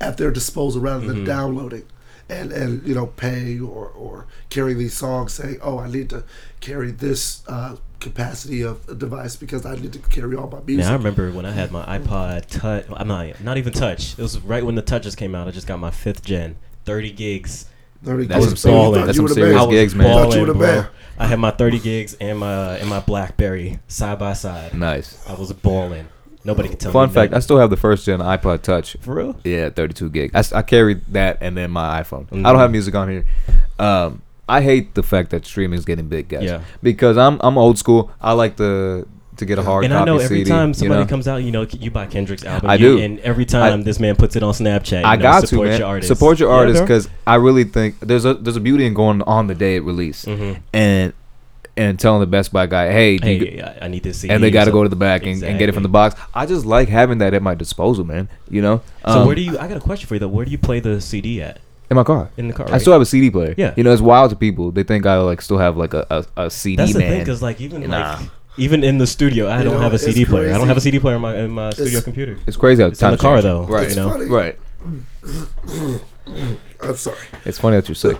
Speaker 2: at their disposal rather than
Speaker 3: Mm-hmm.
Speaker 2: downloading. And, and you know pay or, or carry these songs saying oh I need to carry this uh, capacity of a device because I need to carry all my music.
Speaker 3: Now I remember when I had my iPod Touch. I'm not not even Touch. It was right when the Touches came out. I just got my fifth gen, 30 gigs.
Speaker 5: That's some balling. That's some serious
Speaker 3: I was
Speaker 5: gigs, man.
Speaker 2: Thought you
Speaker 3: balling,
Speaker 2: were the
Speaker 3: bro.
Speaker 2: man.
Speaker 3: I had my 30 gigs and my and my BlackBerry side by side.
Speaker 5: Nice.
Speaker 3: I was balling. Nobody could tell
Speaker 5: Fun
Speaker 3: me.
Speaker 5: fact: I
Speaker 3: nothing.
Speaker 5: still have the first gen iPod Touch.
Speaker 3: for real.
Speaker 5: Yeah, 32 gig. I, s- I carried that and then my iPhone. I
Speaker 3: Mhm.
Speaker 5: don't have music on here. Um, I hate the fact that streaming is getting big, guys.
Speaker 3: Yeah.
Speaker 5: Because I'm I'm old school. I like to to get a hard
Speaker 3: And I
Speaker 5: copy
Speaker 3: know every
Speaker 5: CD,
Speaker 3: time
Speaker 5: you
Speaker 3: somebody
Speaker 5: know?
Speaker 3: comes out, you know, you buy Kendrick's album.
Speaker 5: I
Speaker 3: you-
Speaker 5: do.
Speaker 3: And every time
Speaker 5: I-
Speaker 3: this man puts it on Snapchat, you
Speaker 5: I
Speaker 3: know,
Speaker 5: got to
Speaker 3: support
Speaker 5: man
Speaker 3: your artist.
Speaker 5: support your
Speaker 3: Yeah,
Speaker 5: artist
Speaker 3: bro.
Speaker 5: because I really think there's a there's a beauty in going on the day it released and and telling the Best Buy guy, hey, do you g-
Speaker 3: Mm-hmm. hey, I, I need this CD.
Speaker 5: and they got to
Speaker 3: so-
Speaker 5: go to the back and, and get it from the
Speaker 3: Exactly.
Speaker 5: box. I just like having that at my disposal, man. You know.
Speaker 3: So
Speaker 5: Um,
Speaker 3: where do you? I got a question for you though. Where do you play the CD at?
Speaker 5: in my car?
Speaker 3: In the car,
Speaker 5: I
Speaker 3: right?
Speaker 5: still have a CD player.
Speaker 3: Yeah.
Speaker 5: you know it's wild to people. They think I like still have like a, a, a CD
Speaker 3: That's the
Speaker 5: E, man.
Speaker 3: thing, because like even
Speaker 5: Nah.
Speaker 3: like even in the studio, I
Speaker 2: You
Speaker 3: don't
Speaker 2: know,
Speaker 3: have a
Speaker 2: it's
Speaker 3: CD player. I don't
Speaker 2: crazy.
Speaker 3: have a CD player in my in my studio
Speaker 2: It's-
Speaker 3: computer.
Speaker 5: it's crazy how
Speaker 3: It's in the
Speaker 5: times
Speaker 3: car
Speaker 5: change.
Speaker 3: though,
Speaker 5: Right,
Speaker 3: you know.
Speaker 2: funny.
Speaker 5: right.
Speaker 2: I'm sorry.
Speaker 5: It's funny that you're sick.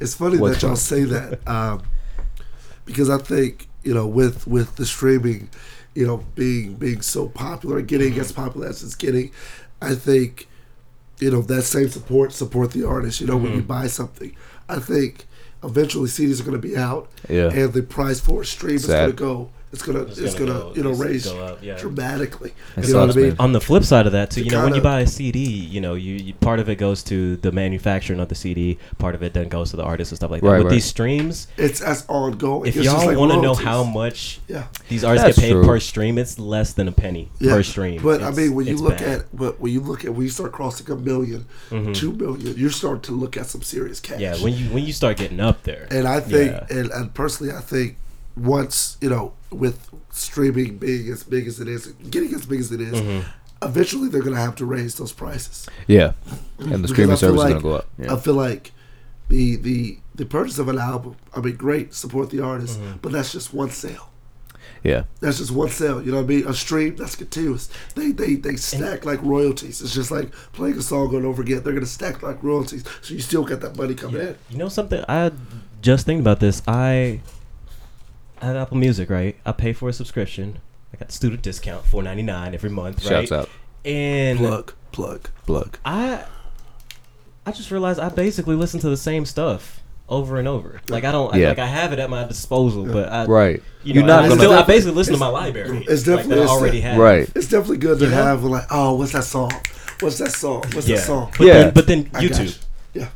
Speaker 2: It's funny
Speaker 5: What's
Speaker 2: that
Speaker 5: funny?
Speaker 2: y'all say that um, because I think you know with with the streaming, you know, being being so popular, getting as popular as it's getting, I think you know that same support support the artist. You know,
Speaker 5: Mm-hmm.
Speaker 2: when you buy something, I think eventually CDs are going to be out,
Speaker 5: Yeah.
Speaker 2: and the price for a stream is
Speaker 5: Sad.
Speaker 2: going to go. It's gonna, it's,
Speaker 3: gonna
Speaker 2: gonna,
Speaker 3: go-
Speaker 2: you know,
Speaker 3: it's
Speaker 2: raise
Speaker 3: go up, yeah.
Speaker 2: dramatically.
Speaker 5: It
Speaker 2: You know what I
Speaker 5: sucks,
Speaker 2: mean?
Speaker 5: man.
Speaker 3: On the flip side of that, too,
Speaker 2: To
Speaker 3: you know, when you
Speaker 2: kinda-
Speaker 3: buy a CD, you know, you, you part of it goes to the manufacturing of the CD, part of it then goes to the artist and stuff like that.
Speaker 5: Right,
Speaker 3: With
Speaker 5: right.
Speaker 3: these streams,
Speaker 2: It's as ongoing.
Speaker 3: if
Speaker 2: It's just
Speaker 3: y'all
Speaker 2: like
Speaker 3: want to know
Speaker 2: royalties.
Speaker 3: how much
Speaker 2: yeah,
Speaker 3: these artists
Speaker 5: That's
Speaker 3: get paid
Speaker 5: true.
Speaker 3: per stream, it's less than a penny
Speaker 2: yeah,
Speaker 3: per stream.
Speaker 2: But I
Speaker 3: It's-
Speaker 2: mean, when you
Speaker 3: it's
Speaker 2: look
Speaker 3: bad. Mm-hmm.
Speaker 2: at but when you look at when you start crossing a 1000000 two million, you start to look at some serious cash.
Speaker 3: yeah, when you when you start getting up there,
Speaker 2: and I think
Speaker 3: yeah.
Speaker 2: and, and personally, I think once you know with streaming being as big as it is, getting as big as it is,
Speaker 3: Mm-hmm.
Speaker 2: Eventually, they're going to have to raise those prices.
Speaker 5: yeah, and the
Speaker 2: Because I
Speaker 5: streaming
Speaker 2: feel
Speaker 5: service
Speaker 2: like,
Speaker 5: is gonna go up. Yeah.
Speaker 2: I feel like the the the purchase of an album. I mean, great, support the artist,
Speaker 3: Mm-hmm.
Speaker 2: but that's just one sale.
Speaker 5: yeah,
Speaker 2: That's just one sale. You know what I mean? A stream that's continuous. They they they stack like royalties. It's just like playing a song going over again. They're gonna stack like royalties, so you still got that money coming in.
Speaker 3: You know something? I just think about this. I I have Apple Music, right? I pay for a subscription. I got student discount, four ninety nine every month, right?
Speaker 5: Shouts out.
Speaker 3: And
Speaker 2: Plug, plug, plug.
Speaker 3: I I just realized I basically listen to the same stuff. over and over. Like I don't, I-
Speaker 5: Yeah.
Speaker 3: like I have it at my disposal, but I,
Speaker 5: Right.
Speaker 3: Uh, You know,
Speaker 5: You're not
Speaker 3: I
Speaker 5: gonna-
Speaker 3: still, I basically listen to my library.
Speaker 2: it's definitely-
Speaker 3: like, that I
Speaker 2: it's
Speaker 3: already
Speaker 2: the-
Speaker 3: have.
Speaker 5: Right.
Speaker 2: It's definitely good to
Speaker 3: know?
Speaker 2: have like, oh, what's that song? What's that song? What's
Speaker 3: Yeah.
Speaker 2: that song?
Speaker 3: But
Speaker 5: Yeah.
Speaker 3: Then, but then
Speaker 2: I got you.
Speaker 3: YouTube.
Speaker 2: Yeah.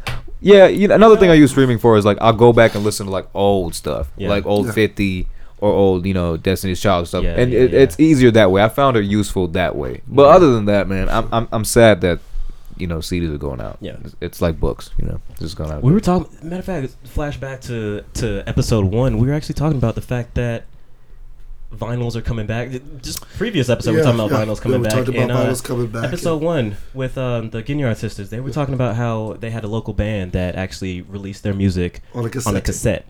Speaker 5: Yeah, you know, another thing I use streaming for is like I'll go back and listen to like old stuff,
Speaker 3: Yeah.
Speaker 5: like old
Speaker 2: Yeah.
Speaker 5: Fifty or old you know Destiny's Child stuff,
Speaker 3: Yeah,
Speaker 5: and
Speaker 3: yeah,
Speaker 5: it,
Speaker 3: yeah.
Speaker 5: it's easier that way. I found it useful that way. But other than that, man, I'm I'm, I'm sad that you know CDs are going out.
Speaker 3: Yeah.
Speaker 5: it's, it's like books, you know, just going out.
Speaker 3: We were talking. Matter of fact, flashback to to episode one. We were actually talking about the fact that vinyls are coming back. Just previous episode, we
Speaker 2: Yeah,
Speaker 3: were talking about
Speaker 2: yeah.
Speaker 3: vinyls coming
Speaker 2: Yeah, we
Speaker 3: back.
Speaker 2: talked about
Speaker 3: and, uh,
Speaker 2: vinyls coming back,
Speaker 3: Episode one with um, the Ginyard sisters. They were talking about how they had a local band that actually released their music
Speaker 2: On a
Speaker 3: On a
Speaker 2: cassette.
Speaker 3: cassette.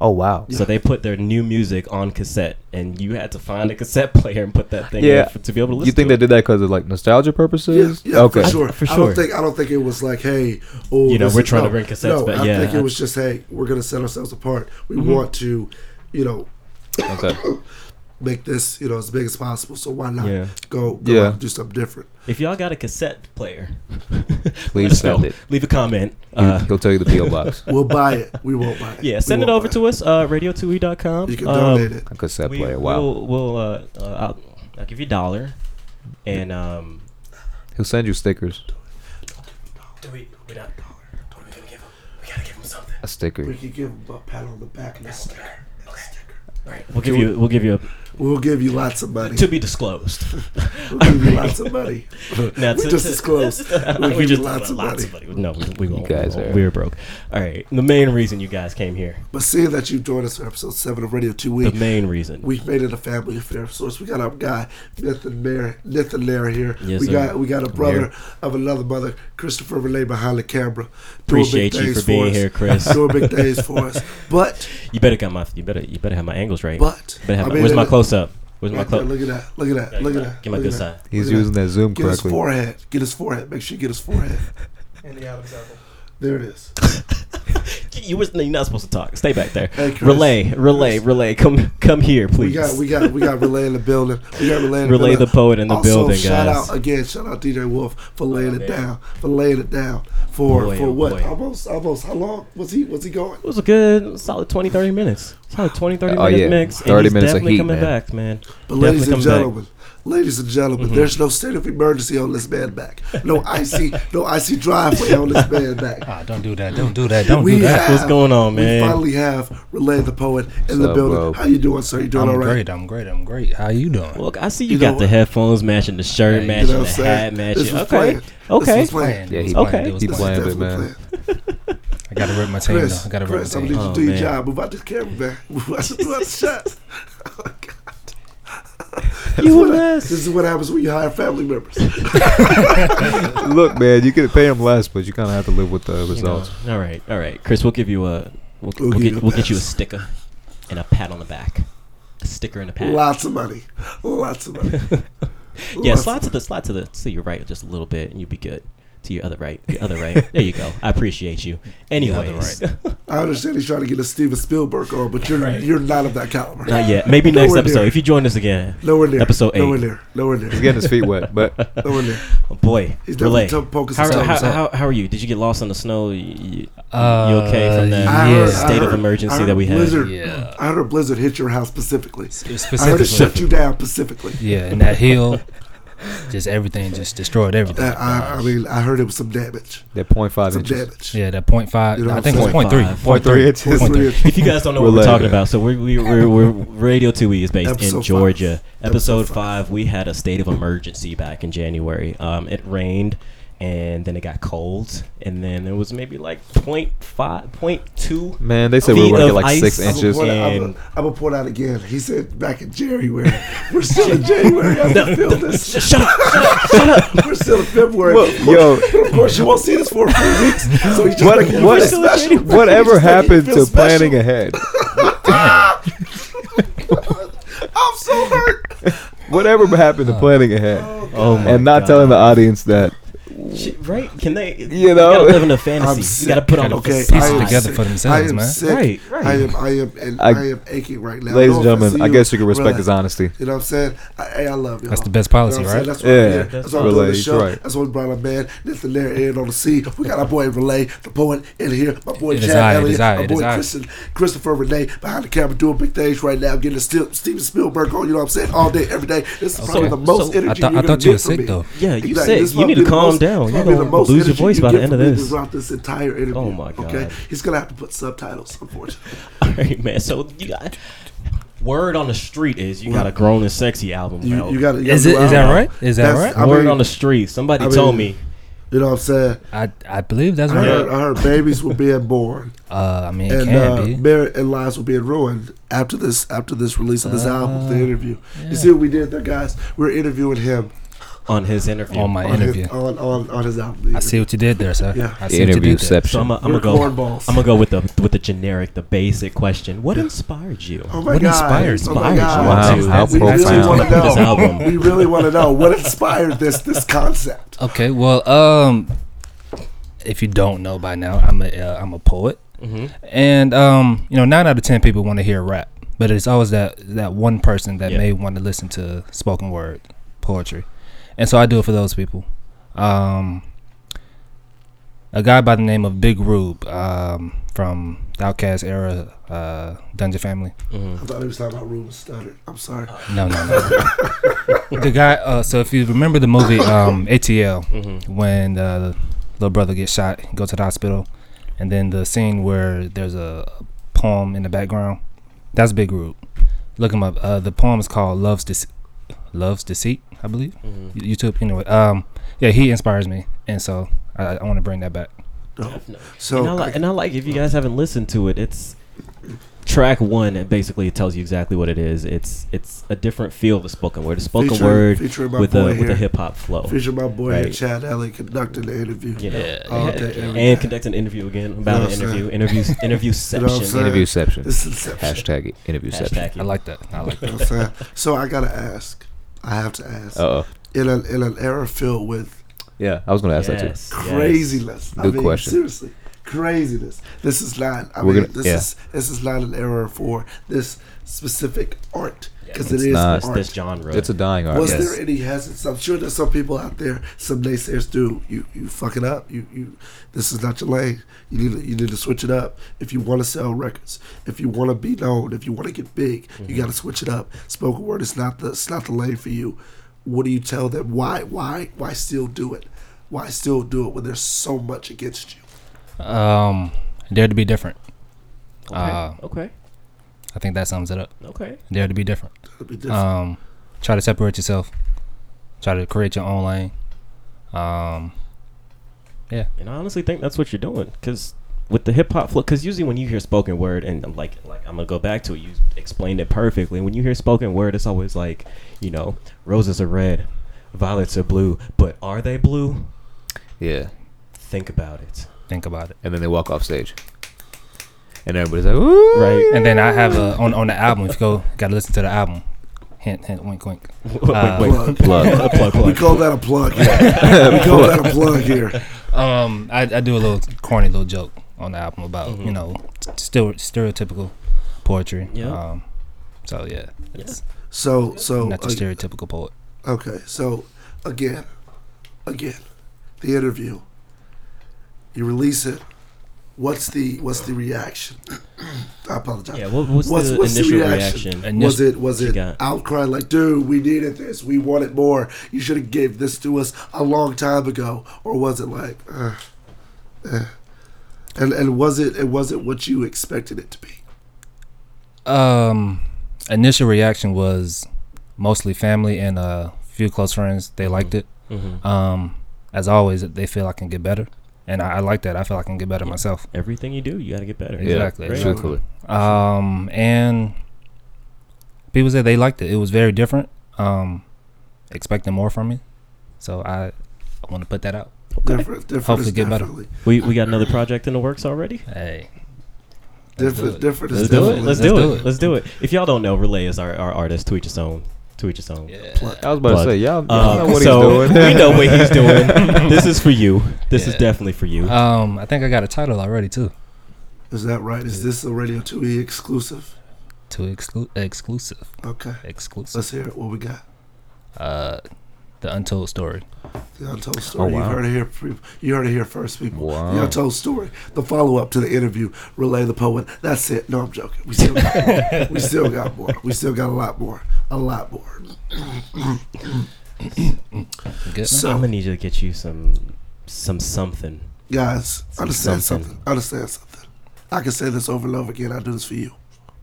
Speaker 5: oh wow,
Speaker 3: So they put their new music on cassette, and you had to find a cassette player and put that thing
Speaker 5: yeah,
Speaker 3: in for, to be able to listen.
Speaker 5: You think
Speaker 3: to
Speaker 5: they did that because of like nostalgia
Speaker 2: Yeah,
Speaker 5: purposes?
Speaker 2: yeah,
Speaker 5: okay,
Speaker 2: for sure.
Speaker 3: for
Speaker 2: I don't
Speaker 3: sure.
Speaker 2: think I don't think it was like, hey, oh,
Speaker 3: You know,
Speaker 2: this
Speaker 3: we're
Speaker 2: is-
Speaker 3: trying to
Speaker 2: no,
Speaker 3: bring cassettes,
Speaker 2: no,
Speaker 3: but
Speaker 2: I
Speaker 3: yeah,
Speaker 2: think
Speaker 3: I- Mm-hmm.
Speaker 2: it was just, hey, we're gonna set ourselves apart. We want to, you know,
Speaker 5: okay.
Speaker 2: make this, you know, as big as possible. So why not
Speaker 3: Yeah.
Speaker 2: go, go
Speaker 5: Yeah.
Speaker 2: out and do something different?
Speaker 3: If y'all got a cassette player,
Speaker 5: Please
Speaker 3: let us know.
Speaker 5: send it.
Speaker 3: Leave a comment.
Speaker 5: He-
Speaker 3: Uh,
Speaker 5: He'll tell you the PO box,
Speaker 2: We'll buy it. We won't buy it.
Speaker 3: yeah, send it over to us. Uh, Radio2e.com.
Speaker 2: You can donate it.
Speaker 5: a cassette
Speaker 3: Um, We,
Speaker 5: player. Wow,
Speaker 3: We'll, we'll uh, uh, I'll, I'll give you a dollar, and um,
Speaker 5: he'll send you stickers,
Speaker 4: Do we, we not, what are we gonna give him? We gotta give him something.
Speaker 5: a sticker.
Speaker 2: We can give them a pat on the back and a sticker.
Speaker 3: we'll give you we'll give you a,
Speaker 2: We'll give you lots of money.
Speaker 3: to be disclosed.
Speaker 2: We'll give you lots of money.
Speaker 3: Now,
Speaker 2: We
Speaker 3: to-
Speaker 2: just
Speaker 3: to-
Speaker 2: disclosed. We'll
Speaker 3: we
Speaker 2: give you
Speaker 3: just
Speaker 2: lots of money.
Speaker 3: No, we, we won't.
Speaker 5: guys
Speaker 3: we won't.
Speaker 5: are-
Speaker 3: We're broke. All right. The main reason you guys came here.
Speaker 2: But seeing that you've joined us for episode seven of Radio Two
Speaker 3: The
Speaker 2: Week,
Speaker 3: main reason.
Speaker 2: we've made it a family affair of sorts. We got our guy Nathan Nair, Nathan Nair here.
Speaker 3: Yes,
Speaker 2: we
Speaker 3: sir.
Speaker 2: got we got a brother of another mother, Christopher Relay behind the camera. doing big
Speaker 3: Appreciate you
Speaker 2: things
Speaker 3: for being
Speaker 2: us,
Speaker 3: here, Chris.
Speaker 2: doing big days for us. But
Speaker 3: you better got my. You better. You better have my angles right.
Speaker 2: But,
Speaker 3: better have
Speaker 2: I
Speaker 3: my-
Speaker 2: mean,
Speaker 3: where's my
Speaker 2: look-
Speaker 3: close up? Where's my
Speaker 2: right there,
Speaker 3: close?
Speaker 2: look at that, look at that, look at that.
Speaker 3: Get my
Speaker 2: look at
Speaker 3: good
Speaker 2: that.
Speaker 3: side.
Speaker 5: He's
Speaker 2: Look at
Speaker 5: using that Zoom
Speaker 2: Get his
Speaker 5: correctly.
Speaker 2: forehead. Get his forehead. Make sure you get his forehead. there it is.
Speaker 3: You was you're not supposed to talk. Stay back there.
Speaker 2: Hey, Chris.
Speaker 3: relay, relay, relay. Come, come here,
Speaker 2: We
Speaker 3: please.
Speaker 2: got we got we got relay in the building. We got relay in the
Speaker 3: Relay
Speaker 2: building.
Speaker 3: the poet in the
Speaker 2: also,
Speaker 3: building,
Speaker 2: Shout
Speaker 3: guys.
Speaker 2: out again, shout out DJ Wolf for laying it down. For laying it down. For
Speaker 3: Boy,
Speaker 2: for
Speaker 3: oh,
Speaker 2: what?
Speaker 3: boy.
Speaker 2: Almost almost how long was he was he going?
Speaker 3: It was a good, solid 20, 30 minutes. Solid 20, 30
Speaker 5: Oh,
Speaker 3: minute
Speaker 5: yeah.
Speaker 3: mix.
Speaker 5: 30
Speaker 3: and he's
Speaker 5: minutes of
Speaker 3: definitely
Speaker 5: heat,
Speaker 3: coming
Speaker 5: man.
Speaker 3: back, man.
Speaker 2: But ladies and
Speaker 3: Definitely coming back. Mm-hmm.
Speaker 2: gentlemen, ladies and gentlemen, there's no state of emergency on this man back. No icy no icy driveway on this man back.
Speaker 8: Ah, don't do that. Don't do that. Don't
Speaker 2: We
Speaker 8: do that.
Speaker 2: have,
Speaker 3: What's going on, man?
Speaker 2: We finally have Relay the Poet in the
Speaker 5: up,
Speaker 2: building.
Speaker 5: bro?
Speaker 2: How you doing, sir? You doing
Speaker 8: I'm
Speaker 2: all right?
Speaker 8: great. I'm great. I'm great. How you doing?
Speaker 3: Look, I see you,
Speaker 2: You know
Speaker 3: got the
Speaker 2: what?
Speaker 3: headphones matching the shirt,
Speaker 2: You
Speaker 3: matching
Speaker 2: know
Speaker 3: the
Speaker 2: what I'm saying?
Speaker 3: hat, matching.
Speaker 2: This was
Speaker 3: okay,
Speaker 2: planned.
Speaker 3: okay.
Speaker 2: This was planned.
Speaker 8: Playing.
Speaker 5: Yeah,
Speaker 8: It
Speaker 5: he-
Speaker 8: was playing.
Speaker 3: okay.
Speaker 8: It was
Speaker 5: he
Speaker 8: playing.
Speaker 5: playing.
Speaker 2: Definitely
Speaker 5: it, man.
Speaker 2: planned.
Speaker 8: I gotta rip my team.
Speaker 2: Chris,
Speaker 8: though. I gotta rip
Speaker 2: Chris,
Speaker 8: my
Speaker 2: I'm
Speaker 8: team.
Speaker 2: gonna
Speaker 3: Oh,
Speaker 2: need you to do your
Speaker 3: man.
Speaker 2: job. Move out this camera, man. Move out the, move out the shot. Oh, God. This is
Speaker 3: You a
Speaker 2: what I-
Speaker 3: mess.
Speaker 2: This is what happens when you hire family members.
Speaker 5: Look, man, you could pay him less, but you kind of have to live with the results.
Speaker 3: All right, all right, Chris. We'll give you a. We'll,
Speaker 2: We'll
Speaker 3: we'll
Speaker 2: give you a
Speaker 3: get we'll get you a
Speaker 2: pass.
Speaker 3: sticker and a pat on the back. A sticker and a pat.
Speaker 2: Lots of money. Lots of money.
Speaker 3: yeah,
Speaker 2: lots
Speaker 3: slide to the slide to the to your right just a little bit, and you'll be good. To your other right, your other right. There you go. I appreciate you. Anyways,
Speaker 2: I understand he's trying to get a Steven Spielberg on, but you're you're not of that caliber.
Speaker 3: not yet. Maybe next
Speaker 2: Nowhere
Speaker 3: episode
Speaker 2: near.
Speaker 3: if you join us again.
Speaker 2: Nowhere near.
Speaker 3: Episode
Speaker 2: Nowhere
Speaker 3: eight.
Speaker 2: near. Nowhere near.
Speaker 5: He's getting his feet wet, but
Speaker 2: Nowhere near.
Speaker 3: Oh, boy,
Speaker 2: He's
Speaker 3: relay.
Speaker 2: definitely t- poking
Speaker 3: How,
Speaker 2: some
Speaker 3: how,
Speaker 2: toes
Speaker 3: how,
Speaker 2: up.
Speaker 3: how, are you? Did you get lost in the snow? You, you,
Speaker 8: Uh,
Speaker 3: you okay from that
Speaker 8: I heard- I
Speaker 3: state of
Speaker 8: heard-
Speaker 3: emergency
Speaker 2: I heard
Speaker 3: that we had?
Speaker 2: Blizzard,
Speaker 8: Yeah.
Speaker 2: I heard a blizzard hit your house specifically. I heard it shut
Speaker 8: Specifically.
Speaker 2: you down specifically.
Speaker 8: Yeah, and that hill, just everything just destroyed everything.
Speaker 2: That- I, I mean, I heard it was some damage.
Speaker 5: that point five
Speaker 2: Some
Speaker 5: inches.
Speaker 2: damage.
Speaker 8: yeah, that point five.
Speaker 2: You know
Speaker 8: I
Speaker 2: what
Speaker 8: think it
Speaker 2: I'm
Speaker 8: was point three.
Speaker 3: saying?
Speaker 8: Point
Speaker 5: three
Speaker 8: three.
Speaker 5: inches.
Speaker 8: Point three.
Speaker 3: If you guys don't know what we're
Speaker 5: Related.
Speaker 3: talking about, so we're, we, we're, we're Radio 2E is based
Speaker 2: Episode
Speaker 3: in
Speaker 2: five.
Speaker 3: Georgia. Episode
Speaker 2: Episode
Speaker 3: 5,
Speaker 2: five.
Speaker 3: we had a state of emergency back in January. Um, it rained, and then it got cold, and then there was maybe like 0.5, 0.2.
Speaker 5: Man, they said we
Speaker 3: Feet
Speaker 5: were gonna
Speaker 3: of
Speaker 5: get like
Speaker 3: ice.
Speaker 5: six
Speaker 3: I'm
Speaker 5: inches.
Speaker 2: I'm
Speaker 3: and-
Speaker 2: gonna point out again. He said back in January. We're still in January. I can feel this.
Speaker 3: Shut up!
Speaker 2: We're still in February. of, course,
Speaker 5: Yo,
Speaker 2: of course, you won't see this for a few weeks. So he's just
Speaker 5: What-
Speaker 2: making you
Speaker 5: what-
Speaker 2: feel special.
Speaker 5: whatever
Speaker 2: He's making you
Speaker 5: happened
Speaker 2: feel
Speaker 5: to
Speaker 2: special.
Speaker 5: planning ahead?
Speaker 2: I'm so hurt. Oh
Speaker 5: Whatever happened to planning ahead?
Speaker 3: Oh my
Speaker 5: and not telling the audience that
Speaker 3: right? Can they?
Speaker 5: You
Speaker 3: you
Speaker 5: know?
Speaker 3: gotta live in a
Speaker 2: I'm
Speaker 3: fantasy.
Speaker 2: sick.
Speaker 3: you gotta put all the
Speaker 2: okay,
Speaker 8: piece
Speaker 2: I am
Speaker 8: together
Speaker 2: sick.
Speaker 8: for
Speaker 2: I
Speaker 8: themselves,
Speaker 2: am
Speaker 8: man.
Speaker 2: Sick.
Speaker 3: Right, right.
Speaker 2: I am. I am. And I,
Speaker 5: I-
Speaker 2: am aching right now.
Speaker 5: Ladies
Speaker 2: No
Speaker 5: and
Speaker 2: offense
Speaker 5: gentlemen,
Speaker 2: to
Speaker 5: I guess you can respect
Speaker 2: relax.
Speaker 5: his honesty.
Speaker 2: You know what I'm saying? I, hey, I love y'all.
Speaker 8: That's the best policy,
Speaker 2: You know what I'm
Speaker 8: right?
Speaker 2: saying?
Speaker 5: Yeah,
Speaker 2: That's why I'm here. That's why I'm doing
Speaker 5: Relay,
Speaker 2: this show.
Speaker 5: right.
Speaker 2: That's why we brought our man Nathan Lair in on the scene. We got our boy Relay, the poet, in here. My boy
Speaker 8: It is
Speaker 2: Chad
Speaker 8: I, it
Speaker 2: Elliott,
Speaker 8: is I,
Speaker 2: my
Speaker 8: it is
Speaker 2: boy
Speaker 8: I.
Speaker 2: Christian, Christopher Renee behind the camera doing big things right now, getting the Steel, Steven Spielberg on. You know what I'm saying? All day, every day. This is probably
Speaker 8: Oh, So-
Speaker 2: the most
Speaker 3: so-
Speaker 2: energy.
Speaker 8: I thought-
Speaker 2: you're
Speaker 8: I
Speaker 2: gonna
Speaker 8: thought
Speaker 2: get
Speaker 8: you were
Speaker 2: from
Speaker 8: sick,
Speaker 2: me.
Speaker 8: though.
Speaker 3: Yeah, you
Speaker 2: Exactly.
Speaker 3: sick.
Speaker 2: This
Speaker 3: You need to
Speaker 2: might be the
Speaker 3: calm
Speaker 2: most-
Speaker 3: down. You're
Speaker 2: might be the
Speaker 3: gonna
Speaker 2: most
Speaker 3: lose your
Speaker 2: energy
Speaker 3: voice
Speaker 2: you
Speaker 3: by the
Speaker 2: get
Speaker 3: end
Speaker 2: from
Speaker 3: of
Speaker 2: me
Speaker 3: this.
Speaker 2: Throughout this entire interview.
Speaker 3: Oh my God.
Speaker 2: Okay, he's gonna have to put subtitles, unfortunately.
Speaker 3: All right, man. So you got word on the street is you got a grown and sexy album.
Speaker 2: You,
Speaker 3: out.
Speaker 2: you got
Speaker 8: Is it? Is that right? Is that
Speaker 2: That's-
Speaker 8: right?
Speaker 2: I
Speaker 3: word
Speaker 2: mean-
Speaker 3: on the street. Somebody
Speaker 2: I mean-
Speaker 3: told me.
Speaker 2: You know what I'm saying?
Speaker 8: I I believe that's
Speaker 2: I
Speaker 8: right.
Speaker 2: heard, I heard babies were being born
Speaker 8: Uh, I mean, it
Speaker 2: and
Speaker 8: can
Speaker 2: uh,
Speaker 8: be.
Speaker 2: marriage and lives were being ruined after this after this release of this
Speaker 8: Uh,
Speaker 2: album, the interview. You see what we did there, guys? We are interviewing him
Speaker 3: on his interview.
Speaker 8: On my
Speaker 2: on
Speaker 8: interview.
Speaker 2: his, on, on, on his album.
Speaker 8: I see what you did there, sir.
Speaker 2: Yeah.
Speaker 8: I see what you did there.
Speaker 3: so
Speaker 5: Interviewception.
Speaker 3: I'm gonna
Speaker 2: We're
Speaker 3: go.
Speaker 2: cornballs.
Speaker 3: I'm gonna go with the with the generic, the basic question. What inspired you?
Speaker 2: Oh my
Speaker 8: What
Speaker 2: God.
Speaker 8: inspires-
Speaker 2: oh my
Speaker 3: inspires you
Speaker 2: God.
Speaker 5: to- Wow, how
Speaker 2: we really
Speaker 5: profound.
Speaker 2: want to
Speaker 3: This
Speaker 2: know.
Speaker 3: album.
Speaker 2: we really want to know what inspired this this concept.
Speaker 8: Okay, well, um, if you don't know by now, I'm a uh, I'm a poet, and um, you know, nine out of ten people want to hear rap, but it's always that that one person that
Speaker 3: Yeah.
Speaker 8: may want to listen to spoken word poetry, and so I do it for those people. Um, a guy by the name of Big Rube, um, from the Outcast era, uh, Dungeon Family.
Speaker 2: I thought he was talking about Ruben Studdard. I'm sorry.
Speaker 3: Oh,
Speaker 8: No, no, no. the guy. Uh, so if you remember the movie um, ATL, when uh, the little brother gets shot, go to the hospital, and then the scene where there's a poem in the background, that's Big Root. Look him up. Uh, the poem is called "Love's Dece- Love's Deceit," I believe. YouTube. Anyway, um, yeah, he inspires me, and so I, I want to bring that back.
Speaker 2: So
Speaker 3: and, I like, and I like if you guys haven't listened to it, it's track one. It basically it tells you exactly what it is. It's it's a different feel of the spoken word. The spoken
Speaker 2: Featuring-
Speaker 3: word
Speaker 2: featuring my
Speaker 3: with a
Speaker 2: boy
Speaker 3: with
Speaker 2: here.
Speaker 3: a hip hop flow.
Speaker 2: feature my boy
Speaker 3: Right.
Speaker 2: Chad Elliott conducting the interview. Oh,
Speaker 3: You know,
Speaker 2: All
Speaker 3: Yeah.
Speaker 2: day, every day.
Speaker 3: and conduct an interview again about
Speaker 2: know
Speaker 3: an
Speaker 2: what I'm
Speaker 3: interview,
Speaker 2: saying?
Speaker 3: interview,
Speaker 2: You know what
Speaker 3: interview
Speaker 2: I'm
Speaker 3: section,
Speaker 2: saying?
Speaker 5: Interviewception.
Speaker 2: It's inception.
Speaker 5: Hashtag interviewception.
Speaker 3: hashtag.
Speaker 8: I like that. I like
Speaker 2: You
Speaker 8: that.
Speaker 2: know what I'm saying? so I gotta ask. I have to ask.
Speaker 5: Uh oh.
Speaker 2: In an in an era filled with
Speaker 5: Yeah, I was gonna ask that too.
Speaker 3: Yes, yes.
Speaker 2: craziness. I
Speaker 5: Good
Speaker 2: mean,
Speaker 5: question.
Speaker 2: Seriously. Craziness. This is not I
Speaker 5: We're
Speaker 2: mean
Speaker 5: gonna-
Speaker 2: this
Speaker 5: yeah.
Speaker 2: is this is not an era for this specific art. Because
Speaker 5: It's
Speaker 2: it is
Speaker 5: not.
Speaker 2: art.
Speaker 5: It's
Speaker 3: Uh, this genre.
Speaker 5: It's a dying art.
Speaker 2: Was
Speaker 5: yes.
Speaker 2: there any hesitance? I'm sure there's some people out there, some naysayers do. You you fucking up. You you this is not your lane. You need to, you need to switch it up. If you want to sell records, if you want to be known, if you want to get big, you got to switch it up. Spoken word is not the it's not the lane for you. What do you tell them? Why why why still do it? Why still do it when there's so much against you?
Speaker 8: Um, dare to be different.
Speaker 3: okay.
Speaker 8: uh,
Speaker 3: okay,
Speaker 8: I think that sums it up.
Speaker 3: okay.
Speaker 8: Dare to be different.
Speaker 2: It'll be different.
Speaker 8: um, try to separate yourself. Try to create your own lane. Um,
Speaker 3: And I honestly think that's what you're doing, because with the hip hop flow, because usually when you hear spoken word, and I'm like, like I'm gonna go back to it. You explained it perfectly. When you hear spoken word, it's always like, you know, roses are red, violets are blue, but are they blue?
Speaker 5: Yeah.
Speaker 3: Think about it.
Speaker 8: think about it.
Speaker 5: And then they walk off stage. And everybody's like, Ooh.
Speaker 3: Right.
Speaker 8: And then I have a on on the album. If you go, gotta listen to the album. Hint, hint, wink, wink.
Speaker 3: wait, wait,
Speaker 2: Plug.
Speaker 5: Plug.
Speaker 3: plug,
Speaker 2: We
Speaker 3: plug.
Speaker 2: call that a plug. Here. we call that a plug here.
Speaker 8: Um, I, I do a little corny little joke on the album about you know still stereotypical poetry.
Speaker 3: Yeah.
Speaker 8: Um, so yeah, it's
Speaker 2: So so
Speaker 8: not the
Speaker 2: uh,
Speaker 8: stereotypical poet.
Speaker 2: Okay, so again, again, the interview. You release it. What's the what's the reaction? I apologize.
Speaker 3: Yeah, what was the initial reaction?
Speaker 8: Initial-
Speaker 2: was it was
Speaker 3: you
Speaker 2: it
Speaker 3: got?
Speaker 2: outcry like, dude, we needed this, we wanted more. You should have gave this to us a long time ago, or was it like, uh, eh. and and was it and was it what you expected it to be?
Speaker 8: Um, initial reaction was mostly family and a few close friends. They liked it. Um, as always, they feel I can get better, and I, I like that. I feel I can get better myself.
Speaker 3: Everything you do, you gotta get better.
Speaker 5: Yeah,
Speaker 8: Exactly.
Speaker 5: Truthfully.
Speaker 8: Um, and people said they liked it. It was very different. Um, expecting more from me, so I, I want to put that out.
Speaker 2: Different, different.
Speaker 8: Hopefully
Speaker 2: is
Speaker 8: get better.
Speaker 2: definitely-
Speaker 3: We we got another project in the works already.
Speaker 8: Hey,
Speaker 2: Different,
Speaker 8: it.
Speaker 2: different. is
Speaker 3: Let's do it.
Speaker 2: definitely-
Speaker 3: Let's do it. Let's do it. If y'all don't know, Relay is our, our artist to each his own. To each his own. Yeah.
Speaker 5: I was about to say, y'all,
Speaker 8: uh,
Speaker 5: y'all know what
Speaker 3: so
Speaker 5: he's doing.
Speaker 3: we know what he's doing. this is for you. This is definitely for you.
Speaker 8: Um, I think I got a title already too.
Speaker 2: Is that right? Is this a Radio 2E exclusive?
Speaker 8: To exclu- exclusive,
Speaker 2: Okay.
Speaker 8: exclusive.
Speaker 2: Let's hear it. What we got?
Speaker 8: Uh, the untold story.
Speaker 2: The Untold Story.
Speaker 5: wow.
Speaker 2: You heard it here. pre- You heard it here first, people. The
Speaker 5: Wow.
Speaker 2: Untold Story, the follow up to the interview, Relay the Poet. That's it. No, I'm joking. We still got more. we still got more. We still got a lot more. A lot more.
Speaker 8: Good. man?
Speaker 2: So-
Speaker 3: I'm gonna need you to get you some some something.
Speaker 2: Guys, understand
Speaker 3: Something.
Speaker 2: something. Understand something. I can say this over and over again. I do this for you.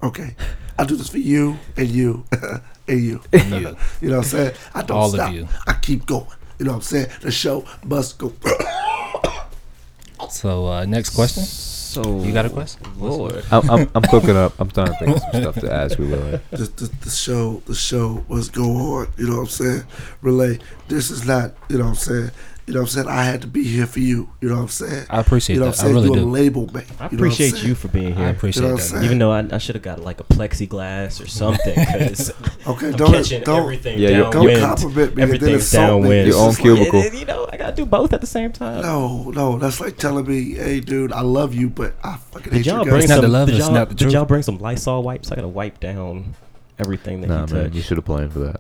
Speaker 2: Okay. I do this for you and you and you.
Speaker 8: you.
Speaker 2: You know what I'm saying? I don't
Speaker 8: All of
Speaker 2: stop.
Speaker 8: you.
Speaker 2: I keep going. You know what I'm saying? The show must go.
Speaker 8: So uh, next question.
Speaker 3: So
Speaker 8: You got a question?
Speaker 3: Lord.
Speaker 5: I'm, I'm, I'm cooking up. I'm trying to think of some stuff to ask you, really.
Speaker 2: the, the, the show the show was go on you know what i'm saying relay this is not you know what i'm saying you know what i'm saying i had to be here for you you know what i'm saying
Speaker 8: I appreciate
Speaker 2: you know
Speaker 8: that.
Speaker 2: what
Speaker 8: I
Speaker 2: i'm saying
Speaker 8: really
Speaker 2: you're
Speaker 8: do.
Speaker 2: a label mate
Speaker 3: I
Speaker 2: you know what I'm
Speaker 3: appreciate
Speaker 2: saying?
Speaker 3: you for being
Speaker 8: I
Speaker 3: here.
Speaker 8: appreciate
Speaker 2: You know what I'm
Speaker 8: that.
Speaker 2: saying?
Speaker 3: Even though I, I should have got like a plexiglass or something, because
Speaker 2: okay
Speaker 3: I'm
Speaker 2: don't
Speaker 3: catching
Speaker 2: don't
Speaker 3: everything
Speaker 5: Yeah, you're-
Speaker 2: don't
Speaker 3: downwind.
Speaker 2: compliment me and then
Speaker 3: Everything's
Speaker 2: insult me.
Speaker 3: downwind.
Speaker 5: Your own
Speaker 3: It's like,
Speaker 5: cubicle.
Speaker 3: it- it- you know, I gotta do both at the same time.
Speaker 2: no no that's like telling me hey dude i love you but i fucking hate
Speaker 3: Did y'all
Speaker 2: you
Speaker 3: bring
Speaker 8: It's not
Speaker 3: some?
Speaker 8: the love,
Speaker 3: did,
Speaker 8: it's
Speaker 3: y'all,
Speaker 8: not the
Speaker 3: did
Speaker 8: truth.
Speaker 3: y'all bring some Lysol wipes? I gotta wipe down everything that
Speaker 5: Nah,
Speaker 3: you
Speaker 5: man, you
Speaker 3: touch.
Speaker 5: should have planned for that.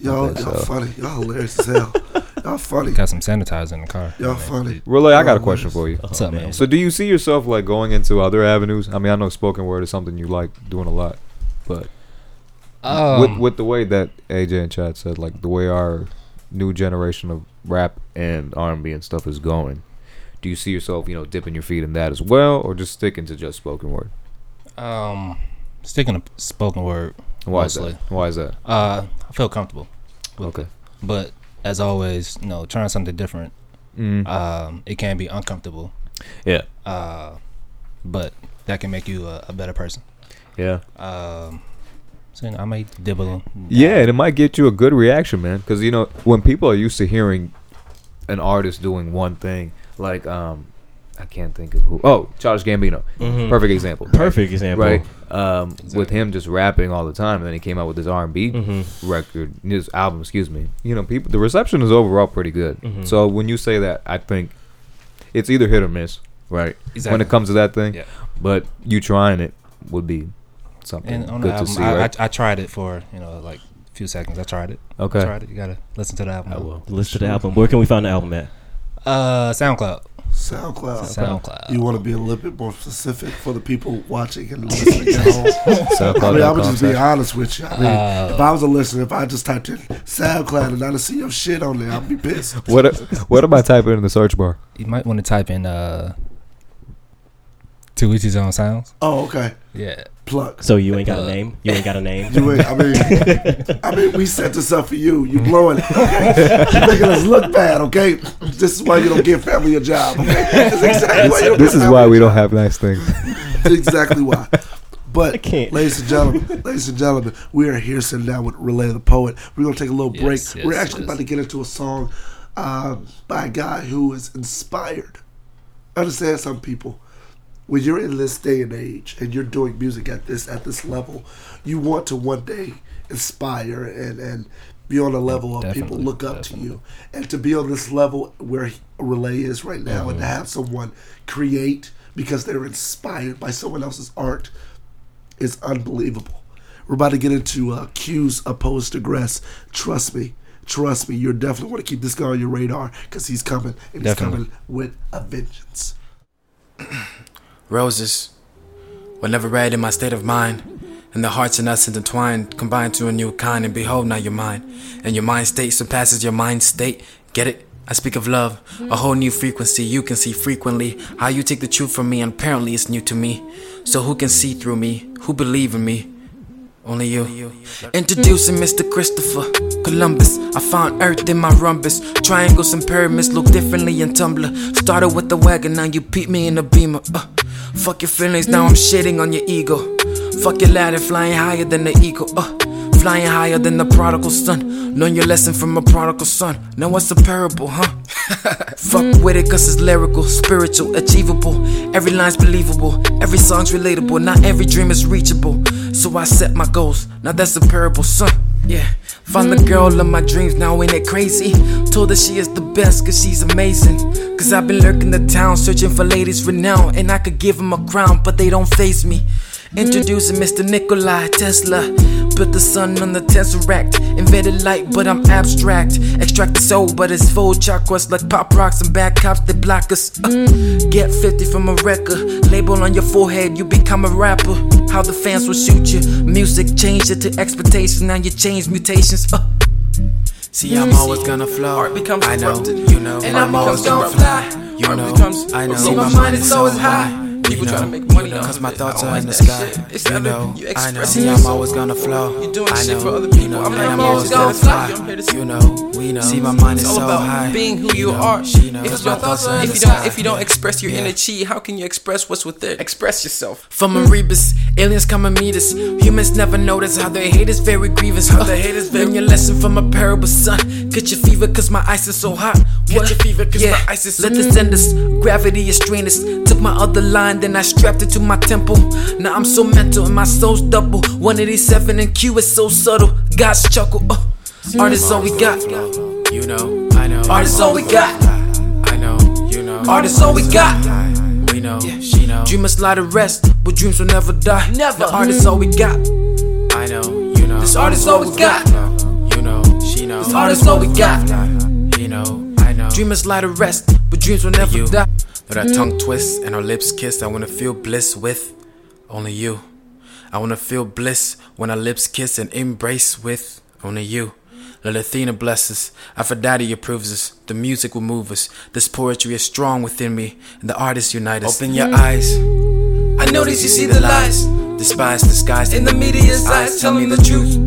Speaker 2: y'all,
Speaker 5: think
Speaker 2: y'all
Speaker 5: so.
Speaker 2: funny y'all hilarious as hell y'all funny
Speaker 8: Got some sanitizer in the car.
Speaker 2: y'all funny
Speaker 5: Relay, I got
Speaker 8: Oh,
Speaker 5: a question for
Speaker 3: Oh,
Speaker 5: you. Uh,
Speaker 8: What's up, man?
Speaker 5: So, do you see yourself like going into other avenues? I mean, I know spoken word is something you like doing a lot, but
Speaker 8: Um,
Speaker 5: with with the way that AJ and Chad said, like the way our new generation of rap and R and B and stuff is going, do you see yourself, you know, dipping your feet in that as well, or just sticking to just spoken word?
Speaker 8: um, sticking to spoken word.
Speaker 5: Why
Speaker 8: mostly.
Speaker 5: is that? Why is that?
Speaker 8: Uh, I feel comfortable,
Speaker 5: Okay.
Speaker 8: but as always, you know, trying something different.
Speaker 5: Mm.
Speaker 8: Um, it can be uncomfortable,
Speaker 5: Yeah.
Speaker 8: but that can make you a, a better person.
Speaker 5: Yeah.
Speaker 8: So you know, I may dibble. on-
Speaker 5: Yeah, and it might get you a good reaction, man. Because you know when people are used to hearing an artist doing one thing, like um, I can't think of who. Oh, Charles Gambino,
Speaker 8: Mm-hmm.
Speaker 5: perfect example.
Speaker 3: Perfect example.
Speaker 5: Right, um, with him just rapping all the time, and then he came out with his R and B
Speaker 8: Mm-hmm.
Speaker 5: record, his album, excuse me. You know, people, the reception is overall pretty good.
Speaker 8: Mm-hmm.
Speaker 5: So when you say that, I think it's either hit or miss, right? When
Speaker 8: Exactly.
Speaker 5: it comes to that thing,
Speaker 8: Yeah.
Speaker 5: but you trying it would be something
Speaker 8: And on
Speaker 5: good
Speaker 8: the
Speaker 5: to
Speaker 8: album,
Speaker 5: see,
Speaker 8: I,
Speaker 5: right?
Speaker 8: I, I tried it for you know like a few seconds. I tried it.
Speaker 5: Okay.
Speaker 8: tried it. You gotta listen to the album.
Speaker 3: I will. Listen to the album. Where can we find the album at?
Speaker 8: Uh, SoundCloud.
Speaker 2: soundcloud
Speaker 8: SoundCloud.
Speaker 2: you want to be a little bit more specific for the people watching and listening at home I mean, I'm
Speaker 5: SoundCloud.com
Speaker 2: just be honest with you. I mean, if I was a listener, if I just typed in SoundCloud and I didn't see your shit on there, I'd be pissed.
Speaker 5: What what am I typing in the search bar?
Speaker 8: You might want to type in uh, two Weezy's own sounds.
Speaker 2: Oh, okay.
Speaker 8: Yeah.
Speaker 2: Plug.
Speaker 3: So you ain't
Speaker 8: Uh,
Speaker 3: got a name. You ain't got a
Speaker 2: You
Speaker 3: name.
Speaker 2: ain't, I mean, I mean, we set this up for you. You blowing it. Okay? You making us look bad. Okay, this is why you don't give family a job. Okay, this is exactly why you don't
Speaker 5: This
Speaker 2: give
Speaker 5: is
Speaker 2: family
Speaker 5: why
Speaker 2: a
Speaker 5: we
Speaker 2: job.
Speaker 5: don't have nice things.
Speaker 2: That's exactly why. But,
Speaker 3: can't.
Speaker 2: ladies and gentlemen, ladies and gentlemen, we are here sitting down with Relay the Poet. We're going to take a little break.
Speaker 8: Yes, yes,
Speaker 2: We're actually
Speaker 8: yes.
Speaker 2: about to get into a song um, by a guy who is inspired. Understand some people. When you're in this day and age and you're doing music at this at this level, you want to one day inspire and, and be on a level of people
Speaker 8: Definitely,
Speaker 2: look up to you. And to be on this level where he- Relay is right now and to have someone create because they're inspired by someone else's art is unbelievable. We're about to get into uh, Q's opposed to Gress. Trust me. Trust me. You're definitely want to keep this guy on your radar because he's coming and
Speaker 8: Definitely.
Speaker 2: he's coming with a vengeance.
Speaker 4: Roses were never red in my state of mind, and the hearts in us intertwined, combined to a new kind. And behold, now you're mine, and your mind state surpasses your mind state. Get it? I speak of love, a whole new frequency you can see frequently. How you take the truth from me, and apparently it's new to me. So who can see through me? Who believe in me? Only you. Introducing Mr. Christopher Columbus. I found Earth in my rhombus. Triangles and pyramids look differently in Tumblr. Started with the wagon, now you peep me in a beamer. Uh, fuck your feelings, now I'm shitting on your ego. Fuck your ladder, flying higher than the eagle. Uh, flying higher than the prodigal son. Learn your lesson from a prodigal son. Now what's a parable, huh?
Speaker 2: Mm.
Speaker 4: Fuck with it, cause it's lyrical, spiritual, achievable. Every line's believable, every song's relatable, not every dream is reachable. So I set my goals, now that's a parable, son. Yeah, found
Speaker 2: Mm.
Speaker 4: the girl of my dreams, now ain't it crazy? Told her she is the best, cause she's amazing. Cause I've been lurking the town, searching for ladies renowned, and I could give them a crown, but they don't face me. Introducing Mr. Nikolai Tesla. Put the sun on the tesseract. Invented light, but I'm abstract. Extract the soul, but it's full chakras like pop rocks and bad cops that block us. Uh, get 50 from a record. Label on your forehead, you become a rapper. How the fans will shoot you. Music changed it to expectations, now you change mutations. Uh, See, I'm always gonna flow. Art becomes I know, you know. And I'm always gonna fly. You know, I know. See, my mind is always high. People trying to make money off Cause my thoughts are in the sky. You know, I know. See, I'm always gonna flow. You're doing shit for other people. You know, and I'm always gonna fly. You know, we know. See, my mind is so high.
Speaker 10: being who you
Speaker 4: know,
Speaker 10: are.
Speaker 4: She knows.
Speaker 10: If
Speaker 4: My
Speaker 10: your
Speaker 4: thoughts
Speaker 10: thoughts
Speaker 4: are in
Speaker 10: if
Speaker 4: the
Speaker 10: you don't
Speaker 4: sky.
Speaker 10: if you don't
Speaker 4: Yeah.
Speaker 10: express your
Speaker 4: Yeah.
Speaker 10: inner chi, how can you express what's within? Express yourself.
Speaker 4: From Erebus, aliens come and meet us. Humans never notice how their hate is very grievous. How their hate is very. Learn your lesson from a parable, son. Get your fever, cause my ice is so hot. Get your fever, cause my ice is Let this end us. Gravity is strained us. Took my other line, then I strapped it to my temple. Now I'm so mental, and my soul's double. 187 and Q is so subtle. God's chuckle. Uh, art is all we got.
Speaker 10: You know, I know.
Speaker 4: Art is all we got.
Speaker 10: I know, you know.
Speaker 4: Art is all we got.
Speaker 10: We know,
Speaker 4: she Dreamers lie to rest, but dreams will never die. Never. The art is all we got.
Speaker 10: I know, you know.
Speaker 4: This art is all we got.
Speaker 10: You know, she knows.
Speaker 4: This art is all we got.
Speaker 10: You know, I know.
Speaker 4: Dreamers lie to rest, but dreams will never
Speaker 10: you.
Speaker 4: die.
Speaker 10: Let her tongue twist and her lips kiss. I wanna feel bliss with only you. I wanna feel bliss when our lips kiss and embrace with only you. Let Athena bless us. Aphrodite approves us. The music will move us. This poetry is strong within me, and the artists unite us.
Speaker 4: Open your eyes. I notice you see the lies
Speaker 10: Despise disguised
Speaker 4: in the media's eyes. Tell me the truth.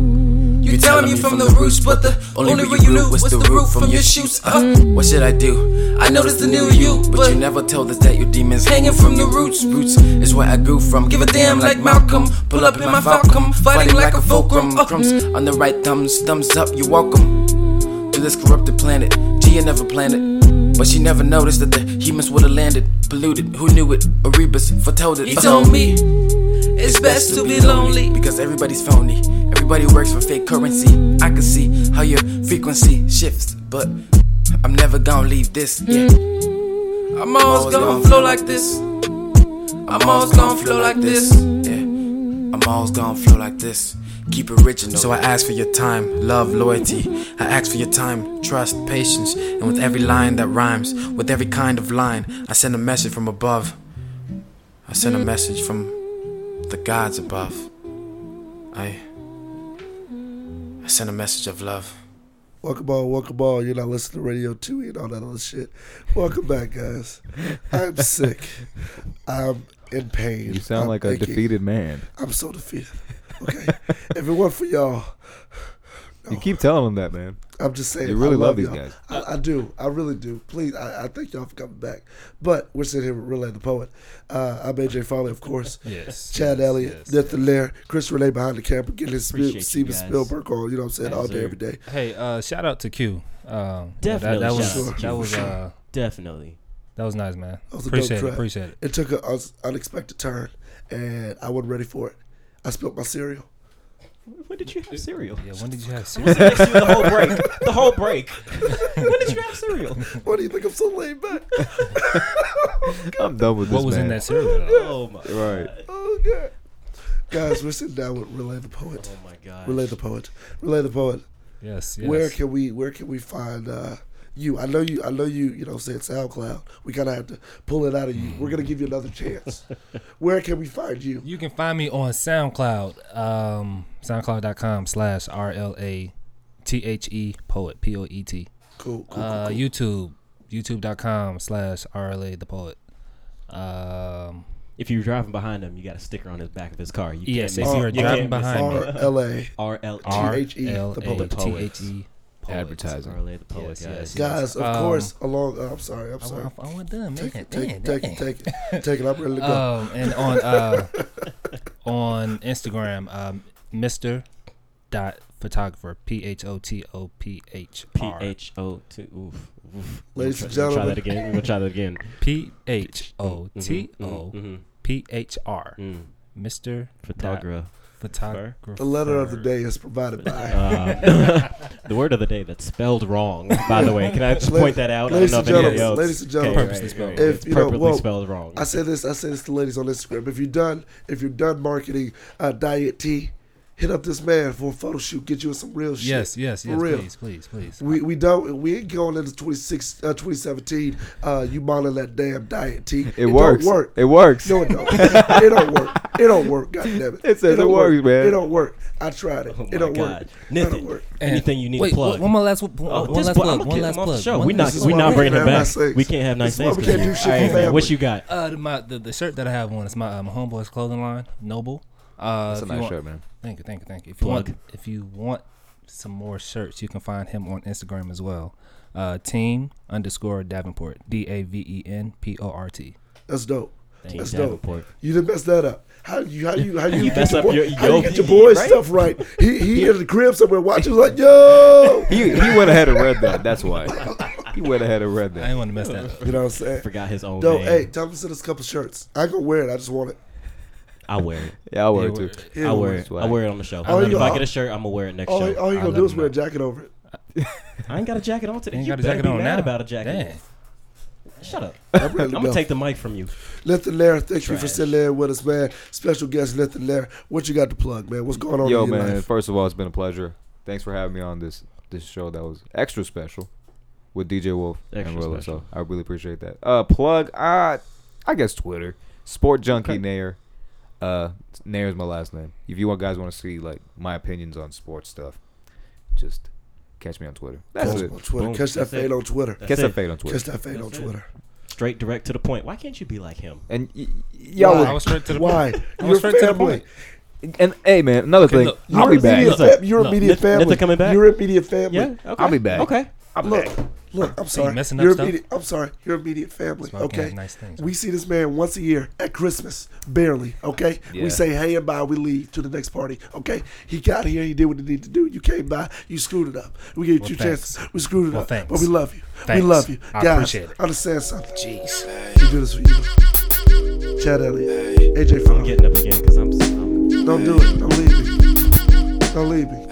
Speaker 4: You telling me from the roots, but the only way you knew was the root from your shoes. Uh,
Speaker 10: What should I do?
Speaker 4: I noticed the new you,
Speaker 10: But you never told us that your demons
Speaker 4: hanging from the roots.
Speaker 10: Roots is where I grew from.
Speaker 4: Give a damn like Malcolm. Pull up in my Falcon, fighting like a fulcrum. Uh,
Speaker 10: Crumbs on the right thumbs, thumbs up. You're welcome to this corrupted planet. Gia never planned it, but she never noticed that the humans would have landed polluted. Who knew it? Erebus foretold it.
Speaker 4: He told me it's best to be lonely.
Speaker 10: Because everybody's phony. Everybody works for fake currency. I can see how your frequency shifts, but I'm never gonna leave this. Yeah,
Speaker 4: I'm always gonna flow like this. I'm always gonna flow like this.
Speaker 10: yeah. I'm always gonna flow like this. Keep original. So I ask for your time, love, loyalty. I ask for your time, trust, patience. And with every line that rhymes, with every kind of line, I send a message from above. I send a message from the gods above. I. I send a message of love.
Speaker 2: Welcome all, welcome all. You're not listening to Radio 2 and all that other shit. Welcome back, guys. I'm sick. I'm in pain.
Speaker 5: You sound
Speaker 2: I'm
Speaker 5: like a
Speaker 2: aching.
Speaker 5: defeated man.
Speaker 2: I'm so defeated. Okay. if it weren't for y'all,
Speaker 5: You
Speaker 2: Oh.
Speaker 5: keep telling him that, man.
Speaker 2: I'm just saying.
Speaker 5: You really
Speaker 2: I
Speaker 5: love these
Speaker 2: y'all.
Speaker 5: guys.
Speaker 2: I, I do. I really do. Please, I, I thank y'all for coming back. But we're sitting here with Relay the Poet. Uh, I'm AJ Foley, of course.
Speaker 8: Yes.
Speaker 2: Chad Elliott,
Speaker 8: yes.
Speaker 2: Nathan Lair, Chris Renee behind the camera, getting his Sp-
Speaker 3: Appreciate you
Speaker 2: Steven
Speaker 3: guys.
Speaker 2: Spielberg on, you know what I'm saying, all day,
Speaker 3: Absolutely.
Speaker 2: every day.
Speaker 8: Hey, uh, shout out to Q. Um, yeah,
Speaker 3: Definitely
Speaker 8: That, that was
Speaker 3: shout out to
Speaker 8: that
Speaker 3: Q,
Speaker 8: was
Speaker 3: for sure.
Speaker 8: uh,
Speaker 3: Definitely.
Speaker 8: that was nice, man.
Speaker 2: That was a dope
Speaker 8: appreciate it.
Speaker 2: track.
Speaker 8: Appreciate it.
Speaker 2: It took an un- unexpected turn, and I wasn't ready for it. I spilled my cereal.
Speaker 3: When did you have cereal?
Speaker 8: Yeah. When did you have?
Speaker 3: I was next to you the whole break. The whole break. when did you have cereal?
Speaker 2: Why do you think I'm so laid back?
Speaker 5: I'm done with this.
Speaker 8: What was in
Speaker 5: man.
Speaker 8: that cereal? though?
Speaker 3: Oh my.
Speaker 5: Right.
Speaker 2: Oh, God. Guys, we're sitting down with Relay the Poet.
Speaker 3: Oh my god.
Speaker 2: Relay the Poet. Relay the Poet.
Speaker 8: Yes.
Speaker 2: Where
Speaker 8: yes.
Speaker 2: can we where can we find uh you? I know you I know you, you know, say it's SoundCloud. We kinda have to pull it out of you. We're gonna give you another chance. where can we find you?
Speaker 8: You can find me on SoundCloud, um, soundcloud.com slash R L A T H E poet, P O E T.
Speaker 2: Cool, cool, cool.
Speaker 8: Uh,
Speaker 2: cool.
Speaker 8: YouTube, youtube.com slash R L A the poet. Um,
Speaker 3: If you're driving behind him, you got a sticker on his back of his car. You
Speaker 8: Yes,
Speaker 3: can't
Speaker 8: if
Speaker 3: miss
Speaker 8: you
Speaker 3: it.
Speaker 8: are driving
Speaker 3: can't miss
Speaker 8: behind
Speaker 3: it.
Speaker 2: R
Speaker 8: me.
Speaker 2: L A.
Speaker 3: R L T.
Speaker 8: R
Speaker 2: T H E, the
Speaker 8: L A
Speaker 2: poet.
Speaker 8: T H E poet.
Speaker 5: Advertising.
Speaker 3: R L A, the poet,
Speaker 8: Yes,
Speaker 3: guys.
Speaker 8: yes,
Speaker 2: Guys, of
Speaker 8: Um,
Speaker 2: course, along oh, I'm sorry, I'm
Speaker 8: I,
Speaker 2: sorry.
Speaker 8: I, I went done, man.
Speaker 2: Take it, take
Speaker 8: Damn,
Speaker 2: it, take
Speaker 8: damn.
Speaker 2: it, take it. Take it. I'm ready to go.
Speaker 8: Um, and on uh, on Instagram, um, Mister dot photographer p h o t o p h
Speaker 3: P
Speaker 8: r
Speaker 3: H O T. Oof. oof.
Speaker 2: Ladies and
Speaker 3: We'll try
Speaker 2: gentlemen.
Speaker 3: that again. We'll try that again.
Speaker 8: p h o t o
Speaker 3: Mhm, mhm,
Speaker 8: p h r
Speaker 3: mhm.
Speaker 8: Mister
Speaker 3: Photographer.
Speaker 8: Photographer.
Speaker 2: The letter of the day is provided by.
Speaker 3: Uh, the word of the day that's spelled wrong, by the way. Can I just point that out?
Speaker 2: Ladies
Speaker 3: I
Speaker 2: and
Speaker 3: don't know if anybody
Speaker 2: gentlemen,
Speaker 3: else.
Speaker 2: ladies and gentlemen,
Speaker 3: right,
Speaker 8: Purposely
Speaker 3: right,
Speaker 8: spelled.
Speaker 3: right.
Speaker 2: If,
Speaker 3: it's
Speaker 2: you know,
Speaker 3: purposely
Speaker 2: well,
Speaker 3: spelled wrong.
Speaker 2: I say this. I say this to ladies on Instagram. If you're done, if you're done marketing uh, diet tea, hit up this man for a photo shoot. Get you some real shit.
Speaker 8: Yes, yes,
Speaker 2: For
Speaker 8: yes.
Speaker 2: real.
Speaker 8: Please, please, please.
Speaker 2: We, we don't we ain't going into 26, uh, 2017 uh, you modeling that damn diet tea.
Speaker 5: It, works.
Speaker 2: Don't work.
Speaker 5: It works.
Speaker 2: No, it don't. it don't work. It don't work. God damn it.
Speaker 5: It says it
Speaker 2: don't
Speaker 5: works, man.
Speaker 2: It don't work. I tried it.
Speaker 3: Oh
Speaker 2: it
Speaker 3: my
Speaker 2: don't
Speaker 3: God.
Speaker 2: work. It
Speaker 3: Nathan,
Speaker 2: don't work.
Speaker 8: And-
Speaker 3: anything you need
Speaker 8: Wait,
Speaker 3: to plug?
Speaker 8: one- one more last one,
Speaker 3: Oh,
Speaker 8: one
Speaker 3: just
Speaker 8: last
Speaker 3: plug-
Speaker 8: plug.
Speaker 3: I'ma
Speaker 8: One
Speaker 3: get
Speaker 8: last
Speaker 3: him off the
Speaker 8: plug.
Speaker 3: show.
Speaker 8: one
Speaker 3: We
Speaker 8: last
Speaker 3: not
Speaker 2: is
Speaker 3: we
Speaker 2: why
Speaker 3: not
Speaker 2: we
Speaker 3: bringing him
Speaker 2: can't have
Speaker 3: back.
Speaker 2: nice things.
Speaker 3: We can't have nice
Speaker 2: This is why we
Speaker 3: things. because
Speaker 2: can't
Speaker 3: of
Speaker 2: do
Speaker 3: you.
Speaker 2: shit for
Speaker 3: All right, man, What
Speaker 2: family.
Speaker 3: you got?
Speaker 8: Uh, my the, the shirt that I have on is my um, homeboy's clothing line, Noble. Uh,
Speaker 5: That's a
Speaker 8: if you
Speaker 5: nice
Speaker 8: want-
Speaker 5: shirt, man.
Speaker 8: Thank you, thank you, thank you. If
Speaker 3: Plug.
Speaker 8: you want, if you want some more shirts, you can find him on Instagram as well. Uh, team underscore Davenport, D A V E N P O R T.
Speaker 2: That's dope.
Speaker 3: Team
Speaker 2: That's
Speaker 3: Davenport.
Speaker 2: dope. You done messed that up. How you how you how you, get,
Speaker 3: mess
Speaker 2: your
Speaker 3: up
Speaker 2: boy,
Speaker 3: your-
Speaker 2: how
Speaker 3: yo,
Speaker 2: you get your boy's
Speaker 3: right?
Speaker 2: stuff right? He he in the crib somewhere watching like yo.
Speaker 5: He, he went ahead and read that. That's why. He went ahead and read
Speaker 8: I
Speaker 5: that.
Speaker 8: didn't want to mess that up.
Speaker 2: You know what I'm saying?
Speaker 3: Forgot his own
Speaker 2: Dope.
Speaker 3: name.
Speaker 2: Hey, tell him to send us a couple shirts. I ain't gonna wear it. I just want it.
Speaker 3: I wear it.
Speaker 5: Yeah, I wear it too.
Speaker 2: Yeah,
Speaker 3: I wear
Speaker 5: that's
Speaker 3: it.
Speaker 5: why.
Speaker 3: I wear it on the show.
Speaker 2: Oh,
Speaker 3: if
Speaker 2: you-
Speaker 3: I get a shirt, I'm gonna wear it next
Speaker 2: All,
Speaker 3: show.
Speaker 2: all you
Speaker 8: I
Speaker 2: gonna
Speaker 8: let
Speaker 2: do is
Speaker 8: him
Speaker 2: wear a
Speaker 8: know.
Speaker 2: jacket over it.
Speaker 3: I ain't got a jacket on today.
Speaker 8: Ain't
Speaker 3: You
Speaker 8: got a
Speaker 3: better
Speaker 8: jacket
Speaker 3: be
Speaker 8: on
Speaker 3: mad
Speaker 8: now.
Speaker 3: about a jacket.
Speaker 8: Dang.
Speaker 3: Shut up.
Speaker 2: I'm ready
Speaker 3: I'm
Speaker 2: to
Speaker 3: gonna
Speaker 2: go.
Speaker 3: take the mic from you.
Speaker 2: Lethal Lair, thank you for
Speaker 3: Trash.
Speaker 2: sitting there with us, man. Special guest Lethal Lair, what you got to plug, man? What's going on
Speaker 5: Yo,
Speaker 2: in your
Speaker 5: man.
Speaker 2: life?
Speaker 5: First of all, it's been a pleasure. Thanks for having me on this this show that was extra special with DJ Wolf
Speaker 3: Extra
Speaker 5: and Rilla.
Speaker 3: special.
Speaker 5: So I really appreciate that. Uh, plug. Uh, I guess Twitter. Sport Junkie Nair. Uh, Nair is my last name. If you guys want to see like my opinions on sports stuff, just catch me on Twitter. That's
Speaker 2: Follow
Speaker 5: it.
Speaker 2: us on Twitter.
Speaker 3: Boom.
Speaker 2: Catch that
Speaker 3: That's
Speaker 2: fade
Speaker 3: it.
Speaker 2: on Twitter.
Speaker 3: That's
Speaker 5: Catch that
Speaker 3: it.
Speaker 5: fade on Twitter.
Speaker 2: Catch that fade on
Speaker 3: That's it.
Speaker 2: Twitter.
Speaker 3: Straight, direct to the point. Why can't you be like him?
Speaker 5: And y- y- y'all,
Speaker 8: I
Speaker 5: would-
Speaker 8: was straight to the
Speaker 2: Why?
Speaker 8: I
Speaker 2: You're
Speaker 8: was straight to the
Speaker 2: family.
Speaker 8: point.
Speaker 5: and hey, man, another thing.
Speaker 8: look,
Speaker 5: I'll be
Speaker 2: You're
Speaker 5: back.
Speaker 2: immediate
Speaker 3: Look,
Speaker 2: fam- You're
Speaker 8: look,
Speaker 2: immediate
Speaker 3: Nitha- Nitha
Speaker 2: family.
Speaker 3: coming back?
Speaker 2: You're immediate family.
Speaker 3: Yeah. Okay.
Speaker 5: I'll be back.
Speaker 3: Okay.
Speaker 2: Look, look, I'm sorry.
Speaker 8: messing up
Speaker 2: You're
Speaker 8: stuff?
Speaker 2: immediate, I'm sorry. You're immediate family.
Speaker 8: That's why we can't
Speaker 2: okay.
Speaker 8: have nice things,
Speaker 2: we see this man once a year at Christmas, barely. Okay.
Speaker 5: Yeah.
Speaker 2: We say hey and bye. We leave to the next party. Okay. He got here. He did what he needed to do. You came by. You screwed it up. We gave you
Speaker 8: Well,
Speaker 2: two
Speaker 8: thanks.
Speaker 2: chances. We screwed it
Speaker 8: Well,
Speaker 2: up.
Speaker 8: thanks.
Speaker 2: But we love you. We
Speaker 8: Thanks.
Speaker 2: love you.
Speaker 8: I
Speaker 2: Guys,
Speaker 8: appreciate it.
Speaker 2: understand something.
Speaker 8: Jeez.
Speaker 2: We do this for you. Chad Elliott, AJ
Speaker 3: I'm
Speaker 2: Funk.
Speaker 3: getting up again because I'm. I'm
Speaker 2: Don't do it. Don't leave me. Don't leave me.